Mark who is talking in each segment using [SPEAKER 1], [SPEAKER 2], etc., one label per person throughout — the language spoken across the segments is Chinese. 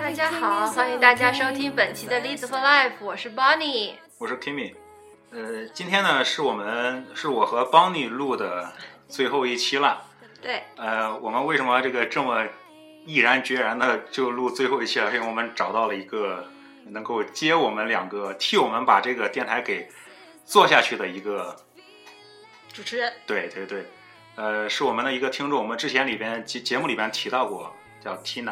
[SPEAKER 1] 大家好，欢迎大家收听本期的《Leads for Life》，我是 Bonnie。
[SPEAKER 2] 我是 Kimi，呃，今天呢是我们是我和邦尼录的最后一期了。
[SPEAKER 1] 对，
[SPEAKER 2] 呃，我们为什么这个这么毅然决然的就录最后一期了？是因为我们找到了一个能够接我们两个，替我们把这个电台给做下去的一个，
[SPEAKER 1] 主持人，
[SPEAKER 2] 对对对，呃，是我们的一个听众，我们之前里边节节目里边提到过，叫 Tina，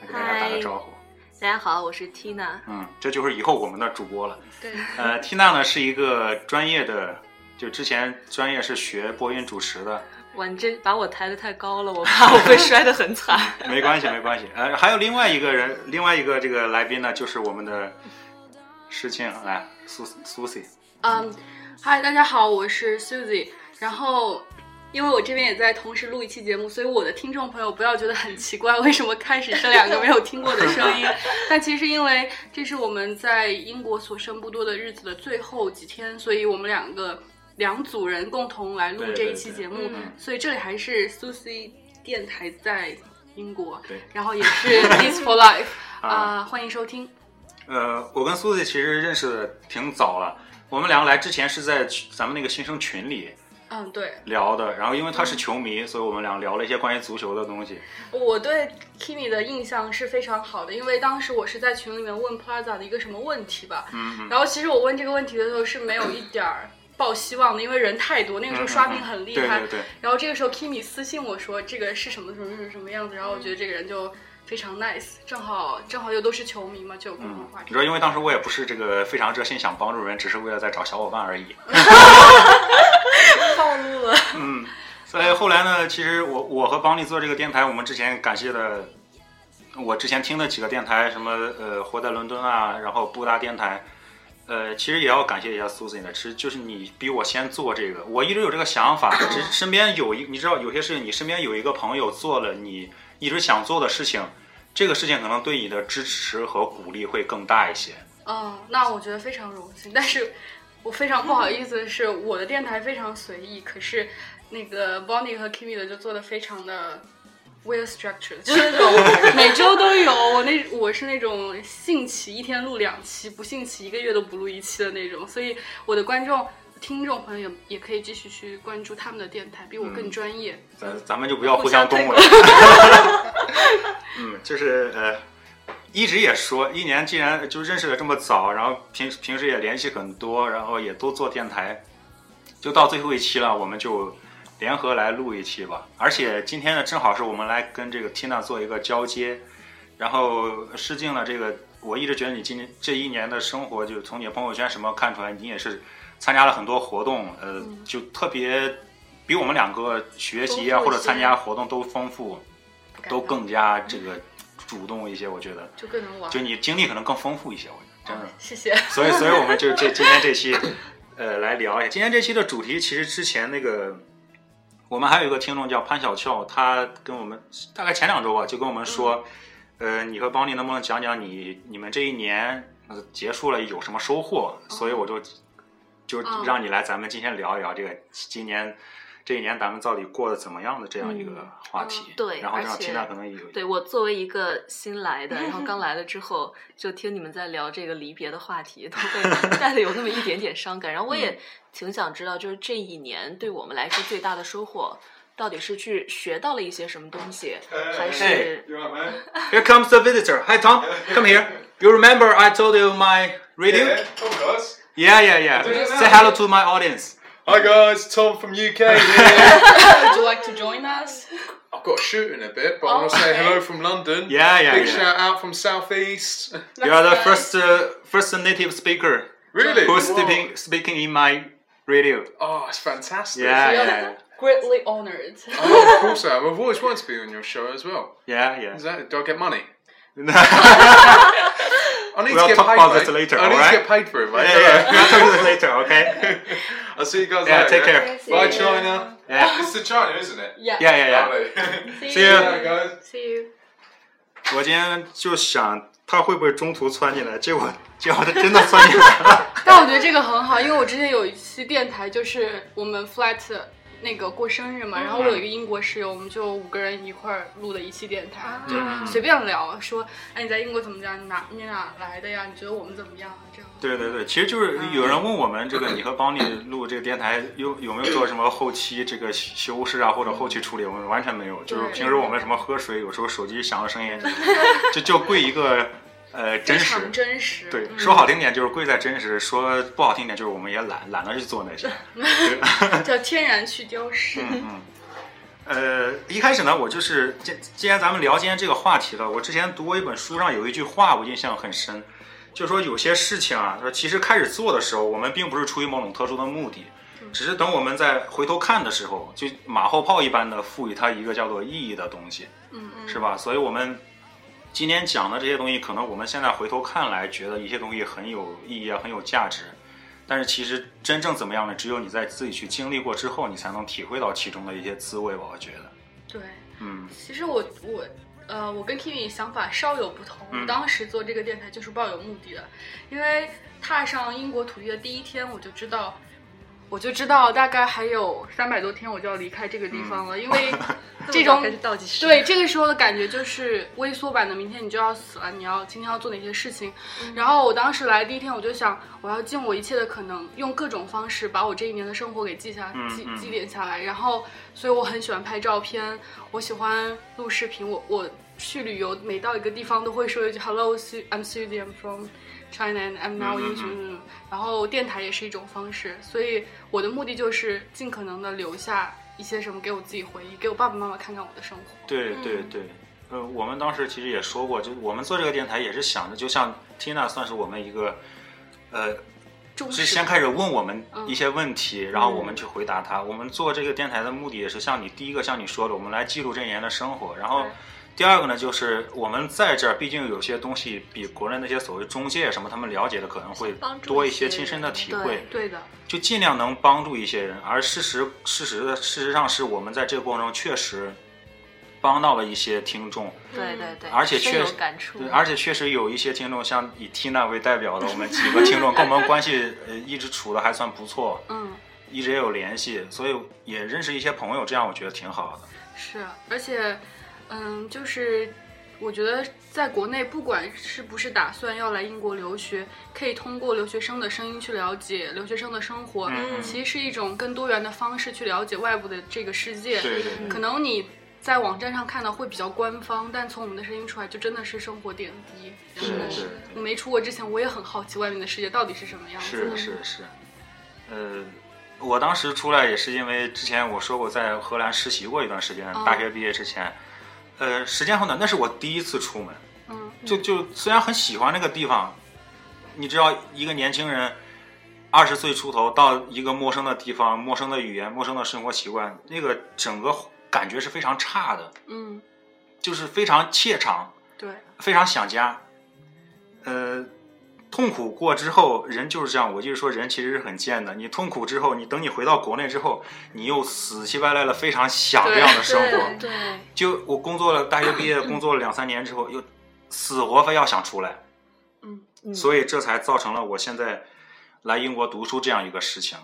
[SPEAKER 2] 来给大家打个
[SPEAKER 1] 嗨
[SPEAKER 2] 招呼。
[SPEAKER 3] 大家好，我是 Tina。
[SPEAKER 2] 嗯，这就是以后我们的主播了。
[SPEAKER 1] 对，
[SPEAKER 2] 呃，缇娜呢是一个专业的，就之前专业是学播音主持的，
[SPEAKER 3] 哇，你这把我抬得太高了，我怕我会摔得很 惨。
[SPEAKER 2] 没关系，没关系。呃，还有另外一个人，另外一个这个来宾呢，就是我们的诗庆，来苏苏 i
[SPEAKER 4] 嗯，嗨，大家好，我是 Susie。然后，因为我这边也在同时录一期节目，所以我的听众朋友不要觉得很奇怪，为什么开始这两个没有听过的 声音？但其实因为这是我们在英国所剩不多的日子的最后几天，所以我们两个两组人共同来录
[SPEAKER 2] 对
[SPEAKER 4] 这
[SPEAKER 2] 对
[SPEAKER 4] 一期
[SPEAKER 2] 对
[SPEAKER 4] 节目，
[SPEAKER 1] 嗯
[SPEAKER 4] 所以这里还是 Susie 电台在英国，
[SPEAKER 2] 对
[SPEAKER 4] 然后也是 This for Life
[SPEAKER 2] 啊、
[SPEAKER 4] 啊、欢迎收听。
[SPEAKER 2] 呃，我跟苏 i 其实认识的挺早了，我们两个来之前是在群咱们那个新生群里
[SPEAKER 4] 嗯，对，
[SPEAKER 2] 聊的，然后因为他是
[SPEAKER 4] 嗯
[SPEAKER 2] 球迷，所以我们俩聊了一些关于足球的东西。
[SPEAKER 4] 我对 Kimi 的印象是非常好的，因为当时我是在群里面问 Plaza 的一个什么问题吧，
[SPEAKER 2] 嗯嗯，
[SPEAKER 4] 然后其实我问这个问题的时候是没有一点儿抱希望的，因为人太多，那个时候刷屏很厉害。
[SPEAKER 2] 嗯对对对。
[SPEAKER 4] 然后这个时候 Kimi 私信我说这个是什么什么什么什么样子，然后我觉得这个人就非常 nice，正好正好又都是球迷嘛，就有共同
[SPEAKER 2] 嗯
[SPEAKER 4] 话，
[SPEAKER 2] 你
[SPEAKER 4] 题。
[SPEAKER 2] 说，因为当时我也不是这个非常热心想帮助人，只是为了在找小伙伴而已。
[SPEAKER 4] 暴露了，
[SPEAKER 2] 嗯，所以后来呢，其实我我和邦尼做这个电台，我们之前感谢的，我之前听的几个电台，什么呃活在伦敦啊，然后布达电台，呃，其实也要感谢一下 Susan 的，其实就是你比我先做这个，我一直有这个想法，只是身边有一，你知道有些事情，你身边有一个朋友做了你一直想做的事情，这个事情可能对你的支持和鼓励会更大一些。
[SPEAKER 4] 嗯，那我觉得非常荣幸，但是我非常不好意思的是，我的电台非常随意，可是那个 Bonnie 和 Kimi 的就做的非常的 well structured，就是那种每周都有。我那我是那种兴起一天录两期，不兴起一个月都不录一期的那种，所以我的观众。听众朋友也也可以继续去关注他们的电台，比我更专业。
[SPEAKER 2] 咱咱们就不要互相
[SPEAKER 4] 互相
[SPEAKER 2] 恭
[SPEAKER 4] 推
[SPEAKER 2] 维。 嗯，就是呃，一直也说，一年既然就认识的这么早，然后平平时也联系很多，然后也都做电台，就到最后一期了，我们就联合来录一期吧。而且今天呢，正好是我们来跟这个 Tina 做一个交接，然后试镜呢，这个我一直觉得你今年这一年的生活，就从你的朋友圈什么看出来，你也是参加了很多活动，呃，
[SPEAKER 4] 嗯
[SPEAKER 2] 就特别比我们两个学习啊
[SPEAKER 4] 丰富一
[SPEAKER 2] 或
[SPEAKER 4] 些
[SPEAKER 2] 者参加活动都丰富，都更加这个主动一些。我觉得，
[SPEAKER 4] 就更能玩
[SPEAKER 2] 就。你经历可能更丰富一些，我
[SPEAKER 3] 嗯
[SPEAKER 2] 觉得真的。
[SPEAKER 4] 谢谢。
[SPEAKER 2] 所以，所以我们就这今天这期，呃，来聊一下。今天这期的主题，其实之前那个我们还有一个听众叫潘小俏，他跟我们大概前两周吧，就跟我们
[SPEAKER 3] 嗯
[SPEAKER 2] 说，呃，你和邦尼能不能讲讲你你们这一年、呃、结束了有什么收获？所以我
[SPEAKER 3] 嗯
[SPEAKER 2] 就就
[SPEAKER 4] 哦
[SPEAKER 2] 让你来咱们今天聊一聊这个今年。这一年咱们到底过得怎么样的这样一个话题？
[SPEAKER 3] 嗯对
[SPEAKER 2] 然后
[SPEAKER 3] 而
[SPEAKER 2] 让
[SPEAKER 3] 且
[SPEAKER 2] Tina 可能有
[SPEAKER 3] 对我作为一个新来的，然后刚来了之后，就听你们在聊这个离别的话题，都会带的有那么一点点伤感。然后我
[SPEAKER 1] 嗯
[SPEAKER 3] 也挺想知道，就是这一年对我们来说最大的收获，到底是去学到了一些什么东西，还是
[SPEAKER 2] Here comes the visitor. Hi, Tom. Come here. You remember I told you my radio?
[SPEAKER 5] Yeah, of course.
[SPEAKER 2] Yeah, yeah, yeah.
[SPEAKER 5] Do it now.
[SPEAKER 2] Say hello to my audience.
[SPEAKER 5] Hi guys, Tom from UK here.
[SPEAKER 4] Would you like to join us?
[SPEAKER 5] I've got to shoot in a bit, but I want to
[SPEAKER 4] Oh,
[SPEAKER 5] say
[SPEAKER 4] okay.
[SPEAKER 5] hello from London.
[SPEAKER 2] Yeah, yeah,
[SPEAKER 5] Big
[SPEAKER 2] yeah.
[SPEAKER 5] shout out from Southeast.
[SPEAKER 2] You are the
[SPEAKER 4] That's
[SPEAKER 2] first uh, first native speaker
[SPEAKER 5] Really?
[SPEAKER 2] who's
[SPEAKER 5] Whoa.
[SPEAKER 2] speaking speaking in my radio.
[SPEAKER 5] Oh, it's fantastic.
[SPEAKER 2] Yeah,
[SPEAKER 4] We are
[SPEAKER 2] yeah,
[SPEAKER 4] Greatly honored.
[SPEAKER 5] Oh, of course I am. I've always wanted to be on your show as well.
[SPEAKER 2] yeah,
[SPEAKER 5] Is
[SPEAKER 2] yeah.
[SPEAKER 5] that, do I get money?
[SPEAKER 2] yeah,
[SPEAKER 5] I need
[SPEAKER 2] We'll
[SPEAKER 5] to get
[SPEAKER 2] talk
[SPEAKER 5] paid,
[SPEAKER 2] about
[SPEAKER 5] mate.
[SPEAKER 2] this later,
[SPEAKER 5] I need
[SPEAKER 2] alright?
[SPEAKER 5] to get paid for it, mate.
[SPEAKER 2] yeah. We'll talk about it later, okay?
[SPEAKER 5] I'll see you guys
[SPEAKER 2] Yeah,
[SPEAKER 5] later.
[SPEAKER 2] take care.
[SPEAKER 5] Bye, China.
[SPEAKER 2] Yeah,
[SPEAKER 5] It's to China, isn't it?
[SPEAKER 4] Yeah.
[SPEAKER 2] yeah, yeah, yeah.
[SPEAKER 5] Lovely.
[SPEAKER 2] See you.
[SPEAKER 5] Yeah, guys.
[SPEAKER 4] See you.
[SPEAKER 2] 我今天就想他会不会中途窜进来，结果结果他真的窜进来了。
[SPEAKER 4] 但我觉得这个很好，因为我之前有一期电台，就是我们 flat 那个过生日嘛，然后我有一个英国室友，我们就五个人一块儿录的一期电台，
[SPEAKER 3] 啊
[SPEAKER 2] 嗯
[SPEAKER 4] 就随便聊，说哎你在英国怎么样？你哪你哪来的呀？你觉得我们怎么样啊？这样。
[SPEAKER 2] 对对对，其实就是有人问我们这个，你和邦尼录这个电台有有没有做什么后期这个修饰啊，或者后期处理？我们完全没有，就是
[SPEAKER 4] 对
[SPEAKER 2] 平时我们什么喝水，有时候手机响的声音，就就贵一个呃真
[SPEAKER 4] 非
[SPEAKER 2] 实。
[SPEAKER 4] 常真实，
[SPEAKER 2] 对，说好听点就是贵在真实，说不好听点就是我们也懒，懒得去做那些。
[SPEAKER 4] 叫天然去雕饰。
[SPEAKER 2] 嗯，呃，一开始呢，我就是既既然咱们聊今天这个话题了，我之前读过一本书上有一句话，我印象很深，就是说有些事情啊，说其实开始做的时候，我们并不是出于某种特殊的目的，
[SPEAKER 4] 嗯
[SPEAKER 2] 只是等我们再回头看的时候，就马后炮一般的赋予它一个叫做意义的东西，
[SPEAKER 4] 嗯嗯，
[SPEAKER 2] 是吧？所以我们。今天讲的这些东西，可能我们现在回头看来，觉得一些东西很有意义啊，很有价值。但是其实真正怎么样呢？只有你在自己去经历过之后，你才能体会到其中的一些滋味吧。我觉得，
[SPEAKER 4] 对。
[SPEAKER 2] 嗯
[SPEAKER 4] 其实我我呃，我跟 Kimi 想法稍有不同。
[SPEAKER 2] 嗯
[SPEAKER 4] 我当时做这个电台就是抱有目的的，因为踏上英国土地的第一天，我就知道，我就知道大概还有三百多天我就要离开这个地方了，因为
[SPEAKER 2] 哎
[SPEAKER 4] 这种
[SPEAKER 3] 开始倒计时，
[SPEAKER 4] 对，这个时候的感觉就是微缩版的，明天你就要死了，你要今天要做哪些事情？然后我当时来第一天，我就想，我要尽我一切的可能，用各种方式把我这一年的生活给记下、
[SPEAKER 2] 嗯
[SPEAKER 4] 记
[SPEAKER 2] 嗯
[SPEAKER 4] 积淀下来。然后，所以我很喜欢拍照片，我喜欢录视频，我我去旅游，每到一个地方都会说一句 “Hello，I'm Suzy，I'm from China and I'm now
[SPEAKER 2] 嗯嗯
[SPEAKER 4] in 什么什么”。然后电台也是一种方式，所以我的目的就是尽可能的留下一些什么给我自己回忆，给我爸爸妈妈看看我的生活。
[SPEAKER 2] 对对对，呃，我们当时其实也说过，就我们做这个电台也是想着，就像 Tina 算是我们一个，呃，
[SPEAKER 4] 重
[SPEAKER 2] 是
[SPEAKER 4] 视
[SPEAKER 2] 先开始问我们
[SPEAKER 4] 嗯
[SPEAKER 2] 一些问题，然后我们去回答他。我们做这个电台的目的也是像你第一个像你说的，我们来记录这一年的生活，然后
[SPEAKER 4] 对。
[SPEAKER 2] 第二个呢，就是我们在这儿，毕竟有些东西比国内那些所谓中介什么，他们了解的可能会
[SPEAKER 1] 帮助
[SPEAKER 2] 多
[SPEAKER 1] 一
[SPEAKER 2] 一些
[SPEAKER 1] 些
[SPEAKER 2] 亲身的
[SPEAKER 1] 人
[SPEAKER 2] 体
[SPEAKER 3] 对
[SPEAKER 2] 会。
[SPEAKER 4] 对的，
[SPEAKER 2] 就尽量能帮助一些人。而事实事实的事实上是我们在这个过程中确实帮到了一些听众，
[SPEAKER 3] 对对对，
[SPEAKER 2] 而且
[SPEAKER 3] 深
[SPEAKER 2] 确
[SPEAKER 3] 有
[SPEAKER 2] 实
[SPEAKER 3] 感触，
[SPEAKER 2] 对而且确实有一些听众，像以 Tina 为代表的我们几个听众，跟我们关系呃一直处的还算不错，
[SPEAKER 4] 嗯，
[SPEAKER 2] 一直也有联系，所以也认识一些朋友，这样我觉得挺好的。
[SPEAKER 4] 是，而且，嗯，就是我觉得在国内，不管是不是打算要来英国留学，可以通过留学生的声音去了解留学生的生活，
[SPEAKER 2] 嗯嗯
[SPEAKER 4] 其实是一种更多元的方式去了解外部的这个世界。
[SPEAKER 2] 对对对
[SPEAKER 4] 可能你在网站上看到会比较官方，但从我们的声音出来，就真的是生活点滴。
[SPEAKER 2] 对
[SPEAKER 4] 真
[SPEAKER 2] 对
[SPEAKER 4] 的是
[SPEAKER 2] 对。
[SPEAKER 4] 我没出国之前，我也很好奇外面的世界到底是什么样子
[SPEAKER 2] 是
[SPEAKER 4] 的。
[SPEAKER 2] 是是，呃，我当时出来也是因为之前我说过在荷兰实习过一段时间，
[SPEAKER 4] 哦
[SPEAKER 2] 大学毕业之前，呃，时间很短，那是我第一次出门，
[SPEAKER 4] 嗯，
[SPEAKER 2] 就就虽然很喜欢那个地方，你知道一个年轻人。二十岁出头到一个陌生的地方、陌生的语言、陌生的生活习惯，那个整个感觉是非常差的，
[SPEAKER 4] 嗯，
[SPEAKER 2] 就是非常怯场，
[SPEAKER 4] 对，
[SPEAKER 2] 非常想家。呃，痛苦过之后，人就是这样。我就是说，人其实是很贱的。你痛苦之后，你等你回到国内之后，你又死乞白赖的非常想这样的生活。
[SPEAKER 4] 嗯
[SPEAKER 1] 对对，
[SPEAKER 2] 就我工作了，大学毕业工作了两三年之后，又死活非要想出来，
[SPEAKER 3] 嗯
[SPEAKER 2] 所以这才造成了我现在来英国读书这样一个事情。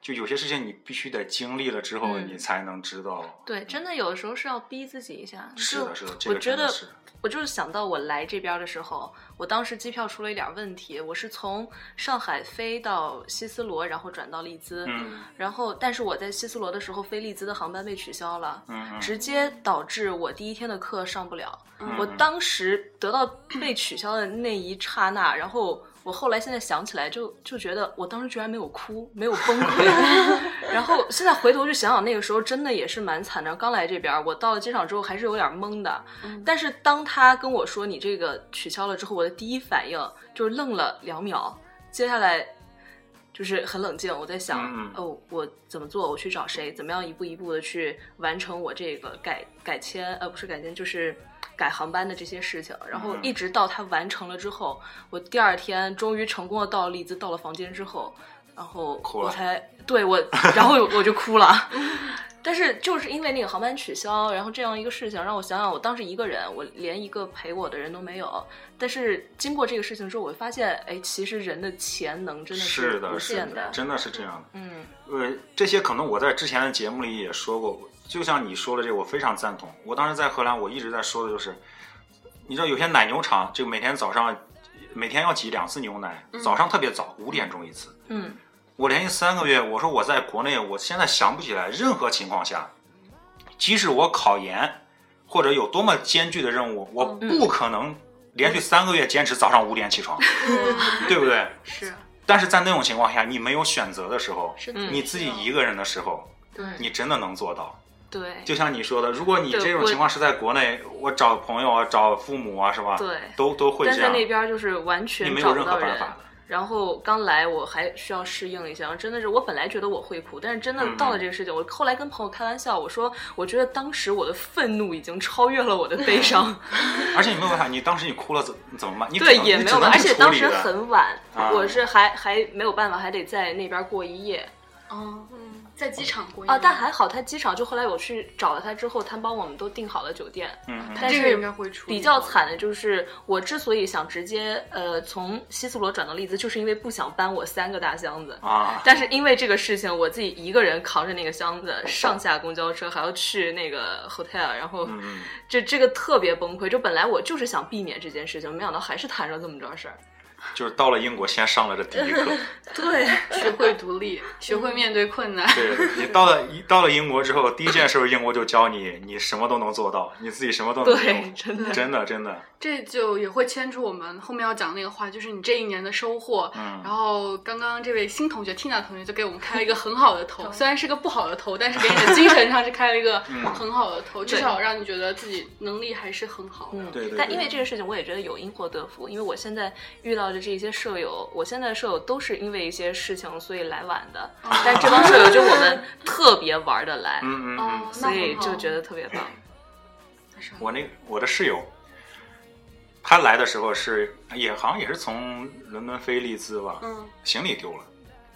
[SPEAKER 2] 就有些事情你必须得经历了之后，
[SPEAKER 3] 嗯
[SPEAKER 2] 你才能知道。
[SPEAKER 3] 对，真的有的时候是要逼自己一下。
[SPEAKER 2] 是
[SPEAKER 3] 就
[SPEAKER 2] 的，是的，这个
[SPEAKER 3] 我觉
[SPEAKER 2] 真的
[SPEAKER 3] 得
[SPEAKER 2] 是。
[SPEAKER 3] 我就是想到我来这边儿的时候，我当时机票出了一点儿问题，我是从上海飞到希斯罗，然后转到利兹，
[SPEAKER 2] 嗯
[SPEAKER 3] 然后但是我在希斯罗的时候，飞利兹的航班被取消了。
[SPEAKER 2] 嗯嗯，
[SPEAKER 3] 直接导致我第一天的课上不了。
[SPEAKER 2] 嗯
[SPEAKER 3] 我当时得到被取消的那一刹那，然后我后来现在想起来就，就觉得我当时居然没有哭，没有崩 溃。然后现在回头去想想，那个时候真的也是蛮惨的。刚来这边儿，我到了机场之后还是有点懵的。但是当他跟我说你这个取消了之后，我的第一反应就是愣了两秒，接下来。就是很冷静，我在想，
[SPEAKER 2] 嗯嗯
[SPEAKER 3] 哦，我怎么做？我去找谁？怎么样一步一步的去完成我这个改改签？呃，不是改签，就是改航班的这些事情。然后
[SPEAKER 2] 嗯
[SPEAKER 3] 一直到他完成了之后，我第二天终于成功的到了利兹，到了房间之后，然后
[SPEAKER 2] 哭了
[SPEAKER 3] 我才对我，然后我就哭了。 但是就是因为那个航班取消，然后这样一个事情，让我想想，我当时一个人，我连一个陪我的人都没有。但是经过这个事情之后，我发现，哎，其实人的潜能真的
[SPEAKER 2] 是
[SPEAKER 3] 无
[SPEAKER 2] 的，是
[SPEAKER 3] 限
[SPEAKER 2] 的，真的是这样的。
[SPEAKER 3] 嗯，
[SPEAKER 2] 呃，这些可能我在之前的节目里也说过，就像你说的这个，我非常赞同。我当时在荷兰，我一直在说的就是，你知道有些奶牛场，就每天早上每天要挤两次牛奶，早上特别早，五点钟一次。
[SPEAKER 3] 嗯，
[SPEAKER 2] 我连续三个月，我说我在国内，我现在想不起来任何情况下，即使我考研或者有多么艰巨的任务，我不可能连续三个月坚持早上五点起床，对不对？
[SPEAKER 4] 是
[SPEAKER 2] 但是在那种情况下，你没有选择的时候，
[SPEAKER 1] 是
[SPEAKER 3] 嗯
[SPEAKER 2] 你自己一个人的时候，
[SPEAKER 3] 对
[SPEAKER 2] 你真的能做到。
[SPEAKER 3] 对
[SPEAKER 2] 就像你说的，如果你
[SPEAKER 3] 对
[SPEAKER 2] 这种
[SPEAKER 3] 我
[SPEAKER 2] 情况是在国内，我找朋友啊，找父母啊，是吧？
[SPEAKER 3] 对
[SPEAKER 2] 都都会
[SPEAKER 3] 但
[SPEAKER 2] 这
[SPEAKER 3] 在
[SPEAKER 2] 样。
[SPEAKER 3] 那边就是完
[SPEAKER 2] 你
[SPEAKER 3] 全
[SPEAKER 2] 没有
[SPEAKER 3] 找不
[SPEAKER 2] 任何
[SPEAKER 3] 到
[SPEAKER 2] 办
[SPEAKER 3] 人
[SPEAKER 2] 法。
[SPEAKER 3] 然后刚来我还需要适应一下，真的是我本来觉得我会哭，但是真的到了这个事情，我后来跟朋友开玩笑，我说我觉得当时我的愤怒已经超越了我的悲伤，
[SPEAKER 2] 而且你没有办法，你当时你哭了怎怎么办？你
[SPEAKER 3] 对，
[SPEAKER 2] 只能
[SPEAKER 3] 也
[SPEAKER 2] 嗯你
[SPEAKER 3] 没
[SPEAKER 2] 只
[SPEAKER 3] 有
[SPEAKER 2] 能
[SPEAKER 3] 办法，而
[SPEAKER 2] 去
[SPEAKER 3] 且
[SPEAKER 2] 处
[SPEAKER 3] 当
[SPEAKER 2] 理
[SPEAKER 3] 时
[SPEAKER 2] 的
[SPEAKER 3] 很晚，
[SPEAKER 2] 啊
[SPEAKER 3] 我是还还没有办法，还得在那边过一夜
[SPEAKER 4] 哦，在机场
[SPEAKER 1] 哦
[SPEAKER 4] 过
[SPEAKER 2] 嗯
[SPEAKER 4] 夜
[SPEAKER 3] 啊。但还好，他机场就后来我去找了他之后，他帮我们都订好了酒店。
[SPEAKER 2] 嗯嗯
[SPEAKER 3] 但
[SPEAKER 4] 这个
[SPEAKER 3] 是
[SPEAKER 4] 应该会处理
[SPEAKER 3] 比较惨的就是，我之所以想直接呃从西斯罗转到利兹，就是因为不想搬我三个大箱子。
[SPEAKER 2] 啊，
[SPEAKER 3] 但是因为这个事情，我自己一个人扛着那个箱子上下公交车，还要去那个 hotel，然后
[SPEAKER 2] 嗯嗯，
[SPEAKER 3] 这这个特别崩溃。就本来我就是想避免这件事情，没想到还是摊上这么着事儿。
[SPEAKER 2] 就是到了英国先上了这第一课。
[SPEAKER 3] 对，
[SPEAKER 4] 学会独立，学会面对困难。
[SPEAKER 2] 对你到了一到了英国之后，第一件事儿英国就教你，你什么都能做到，你自己什么都能
[SPEAKER 3] 对，
[SPEAKER 2] 用。
[SPEAKER 3] 真的。
[SPEAKER 2] 真的真的，
[SPEAKER 4] 这就也会牵出我们后面要讲那个话，就是你这一年的收获。
[SPEAKER 2] 嗯
[SPEAKER 4] 然后刚刚这位新同学 Tina 同学就给我们开了一个很好的头，虽然是个不好的头，但是给你的精神上是开了一个很好的头，至少让你觉得自己能力还是很好的。
[SPEAKER 3] 嗯，
[SPEAKER 2] 对对
[SPEAKER 3] 但
[SPEAKER 2] 对
[SPEAKER 3] 因为这个事情，我也觉得有因祸得福，因为我现在遇到的这些舍友，我现在的舍友都是因为一些事情所以来晚的，但这帮舍友就我们特别玩得来，
[SPEAKER 2] 嗯嗯嗯嗯
[SPEAKER 4] 哦，，
[SPEAKER 3] 所以就觉
[SPEAKER 4] 得
[SPEAKER 3] 得特别棒。
[SPEAKER 2] 我那我的室友，他来的时候是也好像也是从伦敦飞利兹吧，
[SPEAKER 4] 嗯，
[SPEAKER 2] 行李丢了，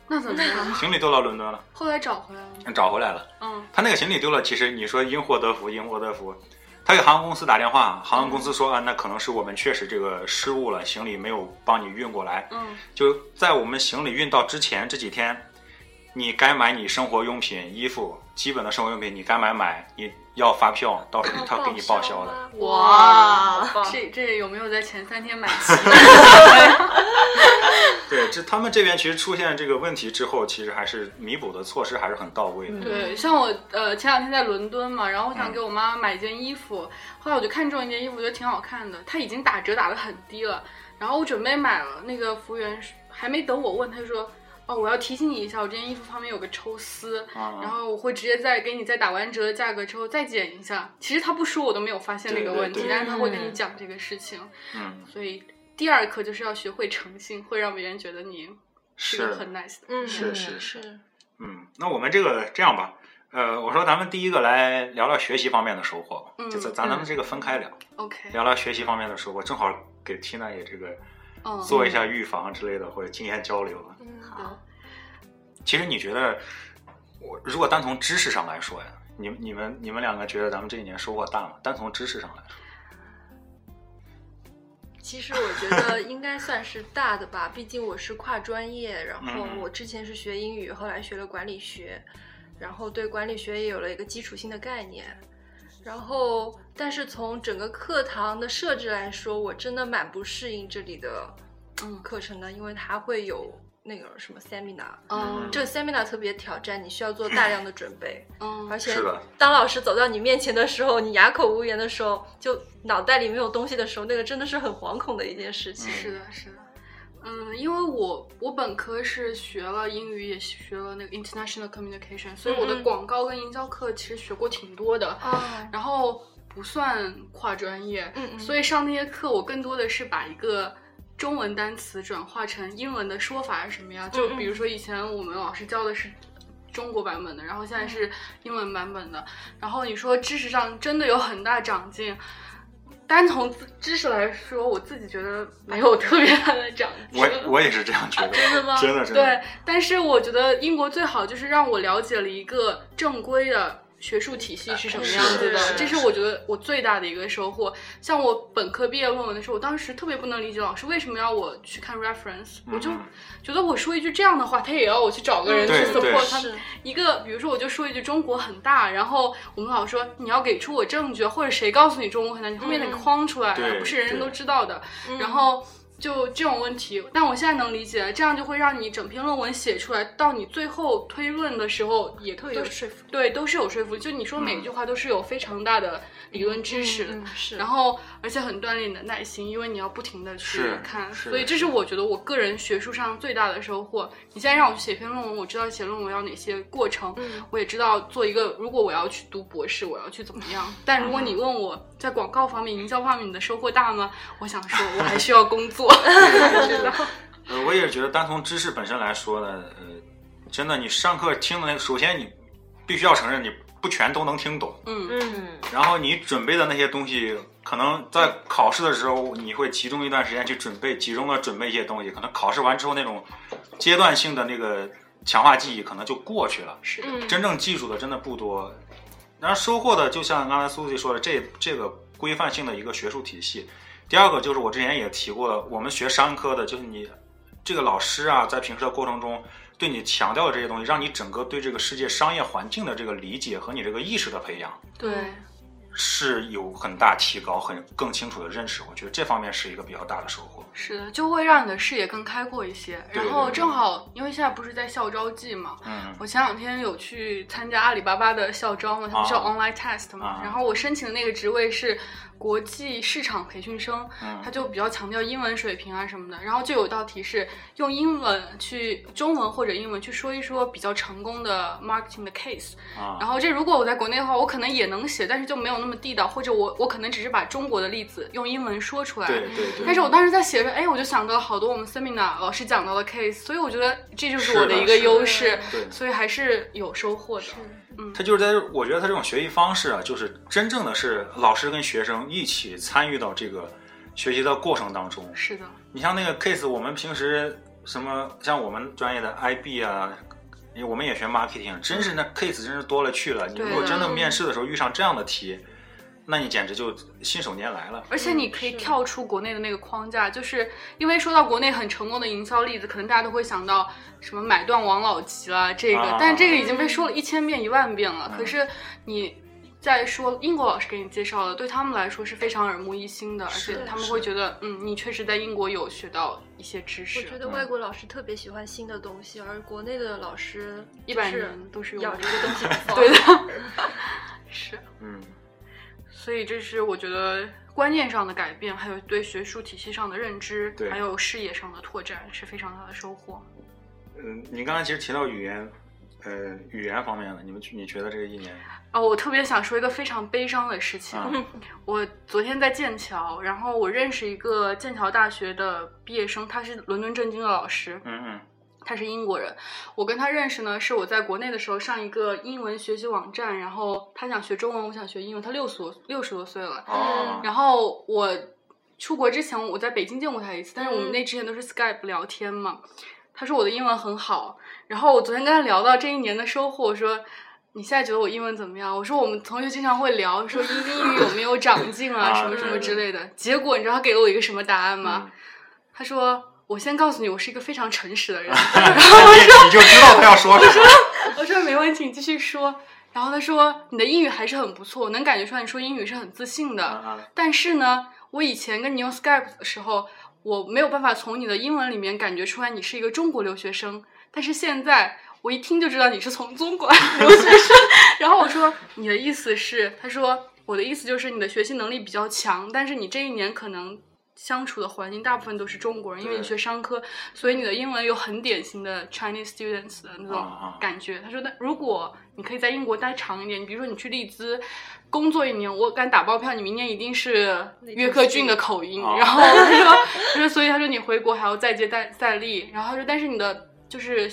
[SPEAKER 4] 那怎么办？
[SPEAKER 2] 行李丢到伦敦了，
[SPEAKER 4] 后来找回来了吗？
[SPEAKER 2] 找回来了。
[SPEAKER 4] 嗯，
[SPEAKER 2] 他那个行李丢了，其实你说因祸得福，因祸得福。他给航空公司打电话，航空公司说、啊，那可能是我们确实这个失误了，行李没有帮你运过来。
[SPEAKER 4] 嗯，
[SPEAKER 2] 就在我们行李运到之前这几天，你该买你生活用品、衣服、基本的生活用品，你该买买，你要发
[SPEAKER 4] 哦
[SPEAKER 2] 票，到时候他给你报销的。
[SPEAKER 1] 的
[SPEAKER 3] 哇
[SPEAKER 4] 好棒这这有没有在前三天 买齐？
[SPEAKER 2] 对，这他们这边其实出现这个问题之后，其实还是弥补的措施还是很到位的。
[SPEAKER 4] 对，像我呃前两天在伦敦嘛，然后我
[SPEAKER 2] 嗯
[SPEAKER 4] 想给我妈买一件衣服，后来我就看中一件衣服，觉得挺好看的，它已经打折打得很低了，然后我准备买了，那个服务员是还没等我问，他就说。哦，我要提醒你一下，我这件衣服旁边有个抽丝，
[SPEAKER 2] 啊
[SPEAKER 4] 然后我会直接再给你再打完折的价格之后再减一下。其实他不说我都没有发现那
[SPEAKER 2] 对
[SPEAKER 4] 个
[SPEAKER 2] 对
[SPEAKER 4] 问题，
[SPEAKER 2] 对
[SPEAKER 4] 但是他会跟你
[SPEAKER 3] 嗯
[SPEAKER 4] 讲这个事情，
[SPEAKER 2] 嗯，
[SPEAKER 4] 所以第二课就是要学会诚信，会让别人觉得你是个
[SPEAKER 2] 是
[SPEAKER 4] 很 nice 的。
[SPEAKER 1] 嗯，
[SPEAKER 2] 是是是，
[SPEAKER 1] 是，
[SPEAKER 2] 嗯，那我们这个这样吧，呃，我说咱们第一个来聊聊学习方面的收获吧，
[SPEAKER 4] 嗯
[SPEAKER 2] 就咱咱咱们这个分开聊，
[SPEAKER 4] OK，
[SPEAKER 2] 聊聊学习方面的收获，正好给 Tina 也这个
[SPEAKER 4] 嗯，
[SPEAKER 2] 做一下预防之类的或者经验交流吧。
[SPEAKER 4] 好，
[SPEAKER 2] 其实你觉得，我如果单从知识上来说呀，你们你们你们两个觉得咱们这一年收获大吗？单从知识上来说，
[SPEAKER 1] 其实我觉得应该算是大的吧，毕竟我是跨专业，然后
[SPEAKER 2] 嗯
[SPEAKER 1] 我之前是学英语，后来学了管理学，然后对管理学也有了一个基础性的概念。然后，但是从整个课堂的设置来说，我真的蛮不适应这里的嗯课程的，因为它会有那个什么 seminar，
[SPEAKER 4] 嗯
[SPEAKER 1] 这个 seminar 特别挑战，你需要做大量的准备。
[SPEAKER 4] 嗯，
[SPEAKER 1] 而且
[SPEAKER 2] 是的
[SPEAKER 1] 当老师走到你面前的时候，你哑口无言的时候，就脑袋里没有东西的时候，那个真的是很惶恐的一件事情。
[SPEAKER 4] 是的，是的。嗯，因为我我本科是学了英语，也学了那个 international communication，所以我
[SPEAKER 1] 嗯
[SPEAKER 4] 的
[SPEAKER 1] 嗯
[SPEAKER 4] 广告跟营销课其实学过挺多的，
[SPEAKER 1] 啊，
[SPEAKER 4] 然后不算跨专业，
[SPEAKER 1] 嗯嗯，
[SPEAKER 4] 所以上那些课我更多的是把一个中文单词转化成英文的说法是什么样，就
[SPEAKER 1] 嗯嗯
[SPEAKER 4] 比如说以前我们老师教的是。中国版本的，然后现在是英文版本的。然后你说知识上真的有很大长进，单从自知识来说，我自己觉得没有特别大的长进。
[SPEAKER 2] 我我也是这样觉得，
[SPEAKER 1] 真的吗？
[SPEAKER 2] 真的真的
[SPEAKER 4] 对，但是我觉得英国最好就是让我了解了一个正规的学术体系是什么
[SPEAKER 1] 是
[SPEAKER 4] 样子的，
[SPEAKER 1] 是
[SPEAKER 4] 这是我觉得我最大的一个收获。像我本科毕业论文的时候，我当时特别不能理解老师为什么要我去看 reference，、我
[SPEAKER 2] 嗯
[SPEAKER 4] 就觉得我说一句这样的话，他也要我去找个人去
[SPEAKER 2] 对对
[SPEAKER 4] support 他们。一个，比如说我就说一句中国很大，然后我们老师说你要给出我证据，或者谁告诉你中国很大，你后面
[SPEAKER 1] 嗯
[SPEAKER 4] 得框出来，
[SPEAKER 2] 对
[SPEAKER 4] 不是人人
[SPEAKER 2] 对
[SPEAKER 4] 都知道的。然后就这种问题，但我现在能理解，这样就会让你整篇论文写出来，到你最后推论的时候也特别
[SPEAKER 1] 都
[SPEAKER 4] 有
[SPEAKER 1] 是说服嗯
[SPEAKER 4] 对，都是有说服力，就你说每一句话都是有非常大的理论支持的。
[SPEAKER 1] 嗯嗯是
[SPEAKER 4] 然后，而且很锻炼你的耐心，因为你要不停的去
[SPEAKER 2] 是
[SPEAKER 4] 看，
[SPEAKER 2] 是
[SPEAKER 4] 所以这是我觉得我个人学术上最大的收获。你现在让我去写篇论文，我知道写论文要哪些过程，
[SPEAKER 1] 嗯
[SPEAKER 4] 我也知道做一个，如果我要去读博士，我要去怎么样。 但如果你问我在广告方面、营销方面你的收获大吗？我想说，我还需要 工作。嗯知 道
[SPEAKER 2] 呃，我也觉得单从知识本身来说呢，呃，真的你上课听的那，首先你必须要承认你不全都能听懂，
[SPEAKER 4] 嗯，
[SPEAKER 1] 嗯，
[SPEAKER 3] 嗯，
[SPEAKER 2] 然后你准备的那些东西，可能在考试的时候你会集中一段时间去准备，集中的准备一些东西，可能考试完之后那种阶段性的那个强化记忆可能就过去了，
[SPEAKER 4] 是的，
[SPEAKER 2] 真正记住的真的不多。然后收获的，就像刚才苏西说的，这这个规范性的一个学术体系。第二个就是我之前也提过了，我们学商科的，就是你这个老师啊，在平时的过程中对你强调的这些东西，让你整个对这个世界商业环境的这个理解和你这个意识的培养
[SPEAKER 4] 对，
[SPEAKER 2] 嗯是有很大提高，很更清楚的认识。我觉得这方面是一个比较大的收获。
[SPEAKER 4] 是的，就会让你的视野更开阔一些。
[SPEAKER 2] 对
[SPEAKER 4] 然
[SPEAKER 2] 对
[SPEAKER 4] 后
[SPEAKER 2] 对
[SPEAKER 4] 正好，因为现在不是在校招季嘛，
[SPEAKER 2] 嗯，
[SPEAKER 4] 我前两天有去参加阿里巴巴的校招嘛，它不是有
[SPEAKER 2] 啊
[SPEAKER 4] online test 嘛
[SPEAKER 2] 啊，
[SPEAKER 4] 然后我申请的那个职位是国际市场培训生
[SPEAKER 2] 嗯，
[SPEAKER 4] 他就比较强调英文水平啊什么的，然后就有道题是用英文去中文或者英文去说一说比较成功的 marketing 的 case，
[SPEAKER 2] 啊，
[SPEAKER 4] 然后这如果我在国内的话，我可能也能写，但是就没有那么地道，或者我我可能只是把中国的例子用英文说出来，
[SPEAKER 2] 对对对。
[SPEAKER 4] 但是我当时在写着，哎，我就想到了好多我们 seminar 老师讲到的 case，所以我觉得这就是我
[SPEAKER 2] 是的
[SPEAKER 4] 一个优
[SPEAKER 1] 是
[SPEAKER 4] 势
[SPEAKER 1] 的，
[SPEAKER 2] 对
[SPEAKER 4] 所以还是有收获的。
[SPEAKER 2] 他就是在，我觉得他这种学习方式啊，就是真正的是老师跟学生一起参与到这个学习的过程当中。
[SPEAKER 4] 是的，
[SPEAKER 2] 你像那个 case，我们平时什么像我们专业的 IB 啊，因为我们也学 marketing，真是那 case 真是多了去了。你
[SPEAKER 4] 对
[SPEAKER 2] 如果
[SPEAKER 4] 的
[SPEAKER 2] 真的面试的时候遇上这样的题，那你简直就信手拈来了。
[SPEAKER 4] 而且你可以
[SPEAKER 1] 嗯是
[SPEAKER 4] 跳出国内的那个框架，就是因为说到国内很成功的营销例子，可能大家都会想到什么买断王老吉啦，这个
[SPEAKER 2] 啊，
[SPEAKER 4] 但这个已经
[SPEAKER 1] 嗯
[SPEAKER 4] 被说了一千遍一万遍了。可是你。在说英国老师给你介绍的，对他们来说是非常耳目一新的，而
[SPEAKER 2] 是
[SPEAKER 4] 且他们
[SPEAKER 2] 是
[SPEAKER 4] 会觉得，嗯，你确实在英国有学到一些知识。
[SPEAKER 1] 我觉得
[SPEAKER 2] 嗯
[SPEAKER 1] 外国老师特别喜欢新的东西，而国内的老师
[SPEAKER 4] 一百
[SPEAKER 1] 就是
[SPEAKER 4] 年都是用
[SPEAKER 1] 咬
[SPEAKER 4] 的
[SPEAKER 1] 着这个东 西不放。
[SPEAKER 4] 对的， 是，
[SPEAKER 2] 嗯，
[SPEAKER 4] 所以这是我觉得观念上的改变，还有对学术体系上的认知
[SPEAKER 2] 对，
[SPEAKER 4] 还有视野上的拓展是非常大的收获。
[SPEAKER 2] 嗯，你刚才其实提到语言，呃，语言方面的，你们你觉得这个一年
[SPEAKER 4] 哦，我特别想说一个非常悲伤的事情。
[SPEAKER 2] 啊，
[SPEAKER 4] 我昨天在剑桥，然后我认识一个剑桥大学的毕业生，他是伦敦政经的老师，
[SPEAKER 2] 嗯嗯
[SPEAKER 4] 他是英国人，我跟他认识呢，是我在国内的时候上一个英文学习网站，然后他想学中文，我想学英文，他六十多六十多岁了，
[SPEAKER 2] 哦，
[SPEAKER 4] 然后我出国之前，我在北京见过他一次，但是我们
[SPEAKER 1] 嗯
[SPEAKER 4] 那之前都是 Skype 聊天嘛。他说我的英文很好，然后我昨天跟他聊到这一年的收获，我说。你现在觉得我英文怎么样？我说我们同学经常会聊，说英英语有没有长进啊，
[SPEAKER 2] 啊
[SPEAKER 4] 什么什么之类的。结果你知道他给了我一个什么答案吗？他说：“我先告诉你，我是一个非常诚实的人。”
[SPEAKER 2] 你你就知道他要说什么。
[SPEAKER 4] 我说没问题，你继续说。然后他说你的英语还是很不错，能感觉出来你说英语是很自信的。
[SPEAKER 2] 啊啊
[SPEAKER 4] 但是呢，我以前跟你用 Skype 的时候，我没有办法从你的英文里面感觉出来你是一个中国留学生。但是现在我一听就知道你是从中国来 留学生。然后我说你的意思是，他说我的意思就是你的学习能力比较强，但是你这一年可能。相处的环境大部分都是中国人，因为你
[SPEAKER 2] 对
[SPEAKER 4] 学商科，所以你的英文有很典型的 Chinese students 的那种
[SPEAKER 2] 啊啊
[SPEAKER 4] 感觉。他说，那如果你可以在英国待长一点，比如说你去利兹工作一年，我敢打包票，你明年一定是约克郡的口音。
[SPEAKER 2] 哦
[SPEAKER 4] 然后他说，他说，所以他说你回国还要再接再再厉。然后他说，但是你的就是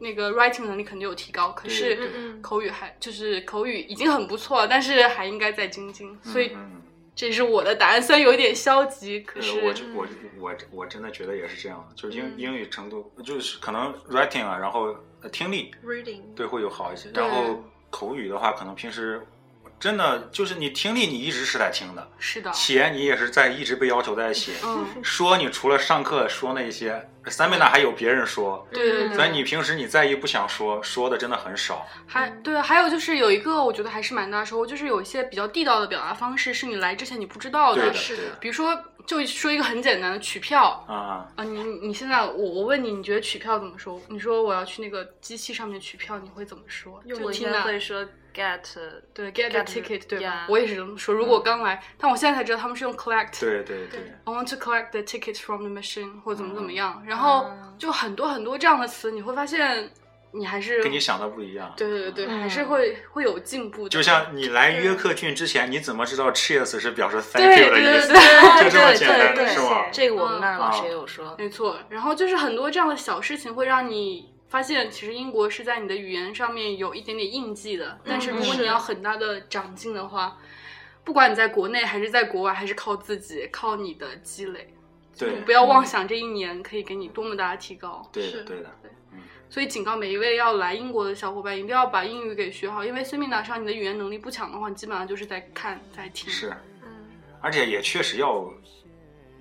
[SPEAKER 4] 那个 writing 能力肯定有提高，可
[SPEAKER 2] 对对
[SPEAKER 4] 是
[SPEAKER 1] 嗯
[SPEAKER 4] 口语还就是口语已经很不错了，但是还应该再精进。所以
[SPEAKER 2] 嗯嗯
[SPEAKER 4] 这是我的答案，虽然有一点消极，可
[SPEAKER 2] 呃
[SPEAKER 4] 是嗯
[SPEAKER 2] 我就我就我我真的觉得也是这样的，就是英英语程度，就是可能 writing 啊，然后呃听力
[SPEAKER 1] reading
[SPEAKER 2] 对会有好一些，
[SPEAKER 4] 对
[SPEAKER 2] 然后口语的话，可能平时真的就是你听力你一直是在听的，
[SPEAKER 4] 是的，
[SPEAKER 2] 写你也是在一直被要求在写，
[SPEAKER 4] 嗯，
[SPEAKER 2] 说你除了上课说那些，三倍呢还有别人说，
[SPEAKER 4] 对对
[SPEAKER 1] 嗯
[SPEAKER 4] 对，
[SPEAKER 2] 所以你平时你在意不想说，说的真的很少。
[SPEAKER 4] 还对，啊还有就是有一个我觉得还是蛮大收获，就是有一些比较地道的表达方式是你来之前你不知道
[SPEAKER 2] 对
[SPEAKER 4] 哦的，
[SPEAKER 2] 的，
[SPEAKER 1] 是的
[SPEAKER 2] 对的
[SPEAKER 4] 比如说就说一个很简单的取票
[SPEAKER 2] 啊、
[SPEAKER 4] 啊，你你现在我我问你，你觉得取票怎么说？你说我要去那个机器上面取票，你会怎么说？
[SPEAKER 1] 用
[SPEAKER 4] 就
[SPEAKER 1] 我
[SPEAKER 3] 我应
[SPEAKER 4] 听
[SPEAKER 3] 该
[SPEAKER 4] 到
[SPEAKER 3] 会说 get
[SPEAKER 4] 对 get the
[SPEAKER 3] get
[SPEAKER 4] ticket 对吧
[SPEAKER 3] yeah？
[SPEAKER 4] 我也是这么说。如果我刚来，但我现在才知道他们是用 collect。
[SPEAKER 2] 嗯对对对
[SPEAKER 1] 对，
[SPEAKER 4] I want to collect the tickets from the machine，或者怎
[SPEAKER 2] 嗯
[SPEAKER 4] 么怎么样，然后
[SPEAKER 3] 嗯
[SPEAKER 4] 就很多很多这样的词，你会发现你还是
[SPEAKER 2] 跟你想的不一样。
[SPEAKER 4] 对对对，
[SPEAKER 3] 嗯
[SPEAKER 4] 还是会会有进步的。
[SPEAKER 2] 就像你来约克郡之前，你怎么知道 cheers 是表示 thank
[SPEAKER 4] 对
[SPEAKER 2] you 的
[SPEAKER 4] 对
[SPEAKER 2] 意
[SPEAKER 4] 对
[SPEAKER 2] 思？
[SPEAKER 4] 对，
[SPEAKER 2] 就这么简
[SPEAKER 3] 对
[SPEAKER 2] 单，
[SPEAKER 3] 对
[SPEAKER 2] 是吗？
[SPEAKER 3] 这个我们那儿老师
[SPEAKER 2] 嗯
[SPEAKER 3] 也有说，
[SPEAKER 4] 没错。然后就是很多这样的小事情会让你发现，其实英国是在你的语言上面有一点点印记
[SPEAKER 2] 嗯
[SPEAKER 4] 的。但是如果
[SPEAKER 1] 是
[SPEAKER 4] 你要很大的长进的话，不管你在国内还是在国外，还是靠自己，靠你的积累。
[SPEAKER 2] 对嗯
[SPEAKER 4] 不要妄想这一年可以给你多么大的提高。
[SPEAKER 2] 对 的
[SPEAKER 1] 是
[SPEAKER 2] 对的，
[SPEAKER 4] 所以警告每一位要来英国的小伙伴，一定要把英语给学好，因为 seminar 上你的语言能力不强的话，你基本上就是在看在听。
[SPEAKER 2] 是，
[SPEAKER 1] 嗯，
[SPEAKER 2] 而且也确实要，